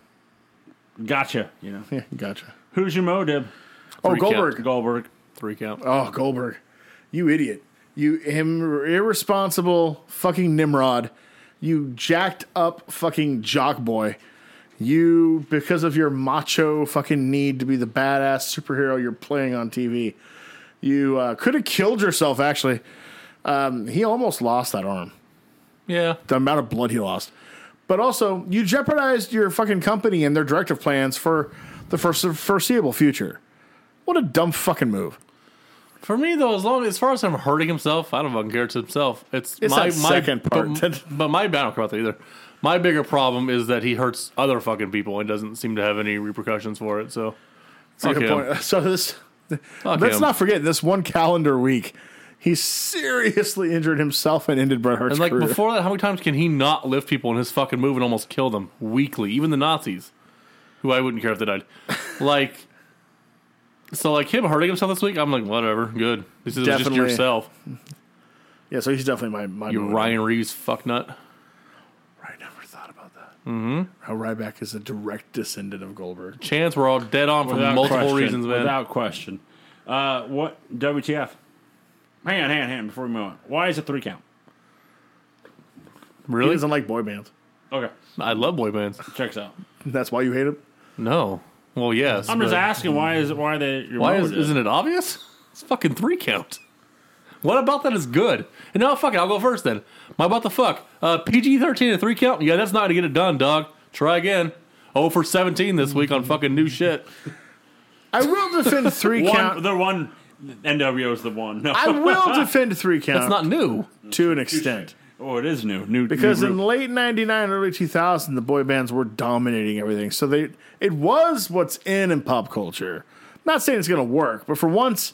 A: gotcha you know
C: Yeah, gotcha.
A: who's your Modib
C: Oh,
B: Three count.
C: Goldberg.
A: Goldberg
B: Three count.
C: Oh, Goldberg. You idiot. You him irresponsible fucking Nimrod. You jacked up fucking jock boy. You because of your macho fucking need to be the badass superhero you're playing on TV. You uh, could have killed yourself actually. Um, he almost lost that arm
B: Yeah.
C: the amount of blood he lost. But also, you jeopardized your fucking company and their directive plans for the first foreseeable future. What a dumb fucking move.
B: For me though, as long as far as him hurting himself, I don't fucking care. It's himself. It's,
C: It's
B: my,
C: that
B: my
C: second part
B: But,
C: that-
B: but my I don't care about that either. My bigger problem is that he hurts other fucking people and doesn't seem to have any repercussions for it. So, fuck
C: Good
B: him.
C: point. So this
B: Fuck
C: let's
B: him.
C: not forget this one calendar week. He seriously injured himself and ended Bret Hart's
B: And like
C: career.
B: before that, how many times can he not lift people in his fucking move and almost kill them weekly? Even the Nazis, who I wouldn't care if they died. like, so like him hurting himself this week, I'm like, whatever, good. This is just
C: Definitely.
B: yourself,
C: yeah, so he's definitely my my.
B: you
C: move.
B: Ryan Reeves fucknut.
C: I never thought about that.
B: Mm-hmm.
C: How Ryback is a direct descendant of Goldberg.
B: Chance we're all dead on for
A: Without
B: multiple
A: question,
B: reasons, man.
A: Without question. Uh, what WTF? Hang on, hang on, hang on. Before we move on, why is it three count?
C: He
B: really,
C: doesn't like boy bands.
A: Okay,
B: I love boy bands.
A: check this out.
C: That's why you hate him.
B: No, well, yes.
A: I'm just
B: but
A: asking why is why they your
B: Why is, isn't it obvious? It's fucking three count. What about that is good? And now, fuck it, I'll go first then. My about the fuck? Uh, PG 13 and three count? Yeah, that's not to get it done, dog. Try again. Oh for 17 this week on fucking new shit.
C: I will defend three
A: one?
C: count.
A: The one NWO is the one. No,
C: I will defend three count
B: That's not new.
C: to an extent.
A: oh, it is new. New
C: Because
A: new
C: in
A: group.
C: late '99, early 2000, the boy bands were dominating everything. So they, it was what's in in pop culture. Not saying it's going to work, but for once,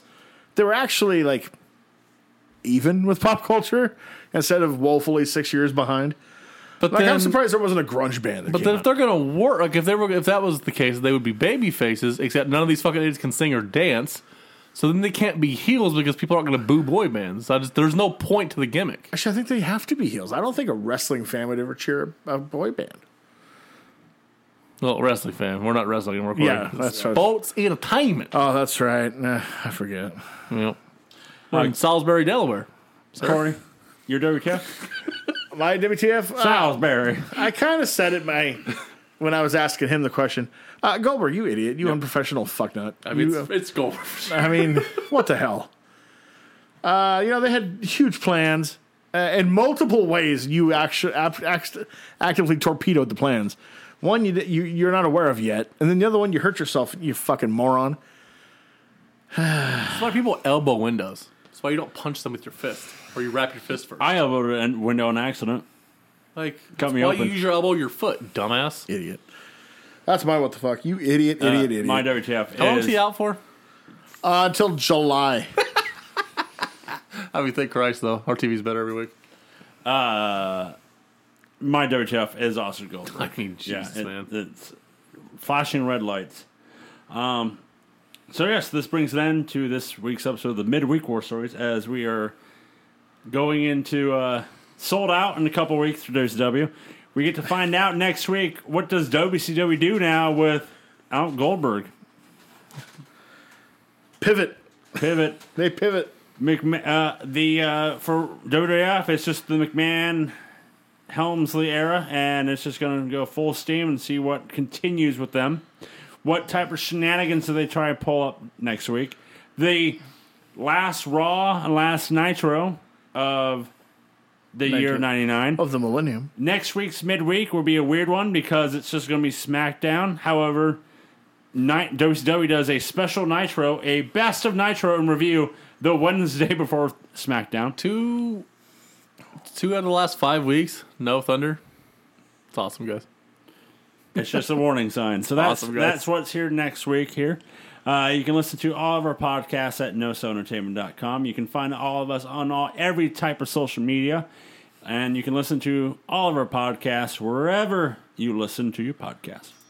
C: they were actually like even with pop culture instead of woefully six years behind.
B: But
C: Like
B: then,
C: I'm surprised there wasn't a grunge band. That
B: But
C: came
B: then
C: out.
B: if they're gonna work, like if they were, if that was the case, they would be baby faces. Except none of these fucking idiots can sing or dance. So then they can't be heels because people aren't gonna boo boy bands. So I just, there's no point to the gimmick.
C: actually, I think they have to be heels. I don't think a wrestling fan would ever cheer a a boy band.
B: Well, wrestling fan, we're not wrestling. We're
C: Yeah,
B: recording.
C: that's right.
B: Boats entertainment.
C: Oh, that's right. Nah, I forget.
B: Yep. We're in Salisbury, Delaware.
C: Corey,
A: your WTF
C: my WTF. uh,
A: Salisbury.
C: I kind of said it my when I was asking him the question. Uh, Goldberg, you idiot, you unprofessional fucknut.
B: I mean,
C: You,
B: it's, it's gold.
C: uh, I mean, what the hell? Uh, you know they had huge plans. Uh, in multiple ways, you actually act, actively torpedoed the plans. One you, di- you you're not aware of yet, and then the other one you hurt yourself. You fucking moron.
B: That's why people elbow windows. That's why you don't punch them with your fist or you wrap your fist first.
A: I elbowed a window on accident.
B: like,
A: Cut
B: that's
A: me
B: why
A: open.
B: you use your elbow, your foot, dumbass.
C: Idiot. That's my what the fuck. You idiot,
B: Uh,
C: idiot, idiot.
A: My WTF
B: How long was
A: is
B: he out for?
C: uh, until July.
B: I mean, thank Christ though. Our TV's better every week.
A: my WTF is Austin Goldberg.
B: I mean, Jesus,
A: it-
B: man.
A: It's flashing red lights. Um, so yes, this brings an end to this week's episode of the midweek war stories as we are going into uh, sold out in a couple weeks for WCW. We get to find out next week what does WCW do now with Out Goldberg
C: Pivot.
A: pivot.
C: They pivot.
A: McMahon, uh, the uh, for WWF, it's just the McMahon Helmsley era, and it's just going to go full steam and see what continues with them. What type of shenanigans do they try to pull up next week? The last Raw and last Nitro of the year
C: Nineteen.
A: '99.
C: Of the millennium.
A: Next week's midweek will be a weird one because it's just going to be SmackDown. However, Night WCW does a special Nitro, a best of Nitro in review the Wednesday before SmackDown.
B: Two, two out of the last five weeks, no thunder. It's awesome, guys.
A: It's just a warning sign. So that's
B: Awesome, guys.
A: that's what's here next week here. Uh, you can listen to all of our podcasts at nosoentertainment.com. You can find all of us on all every type of social media. And you can listen to all of our podcasts wherever you listen to your podcasts.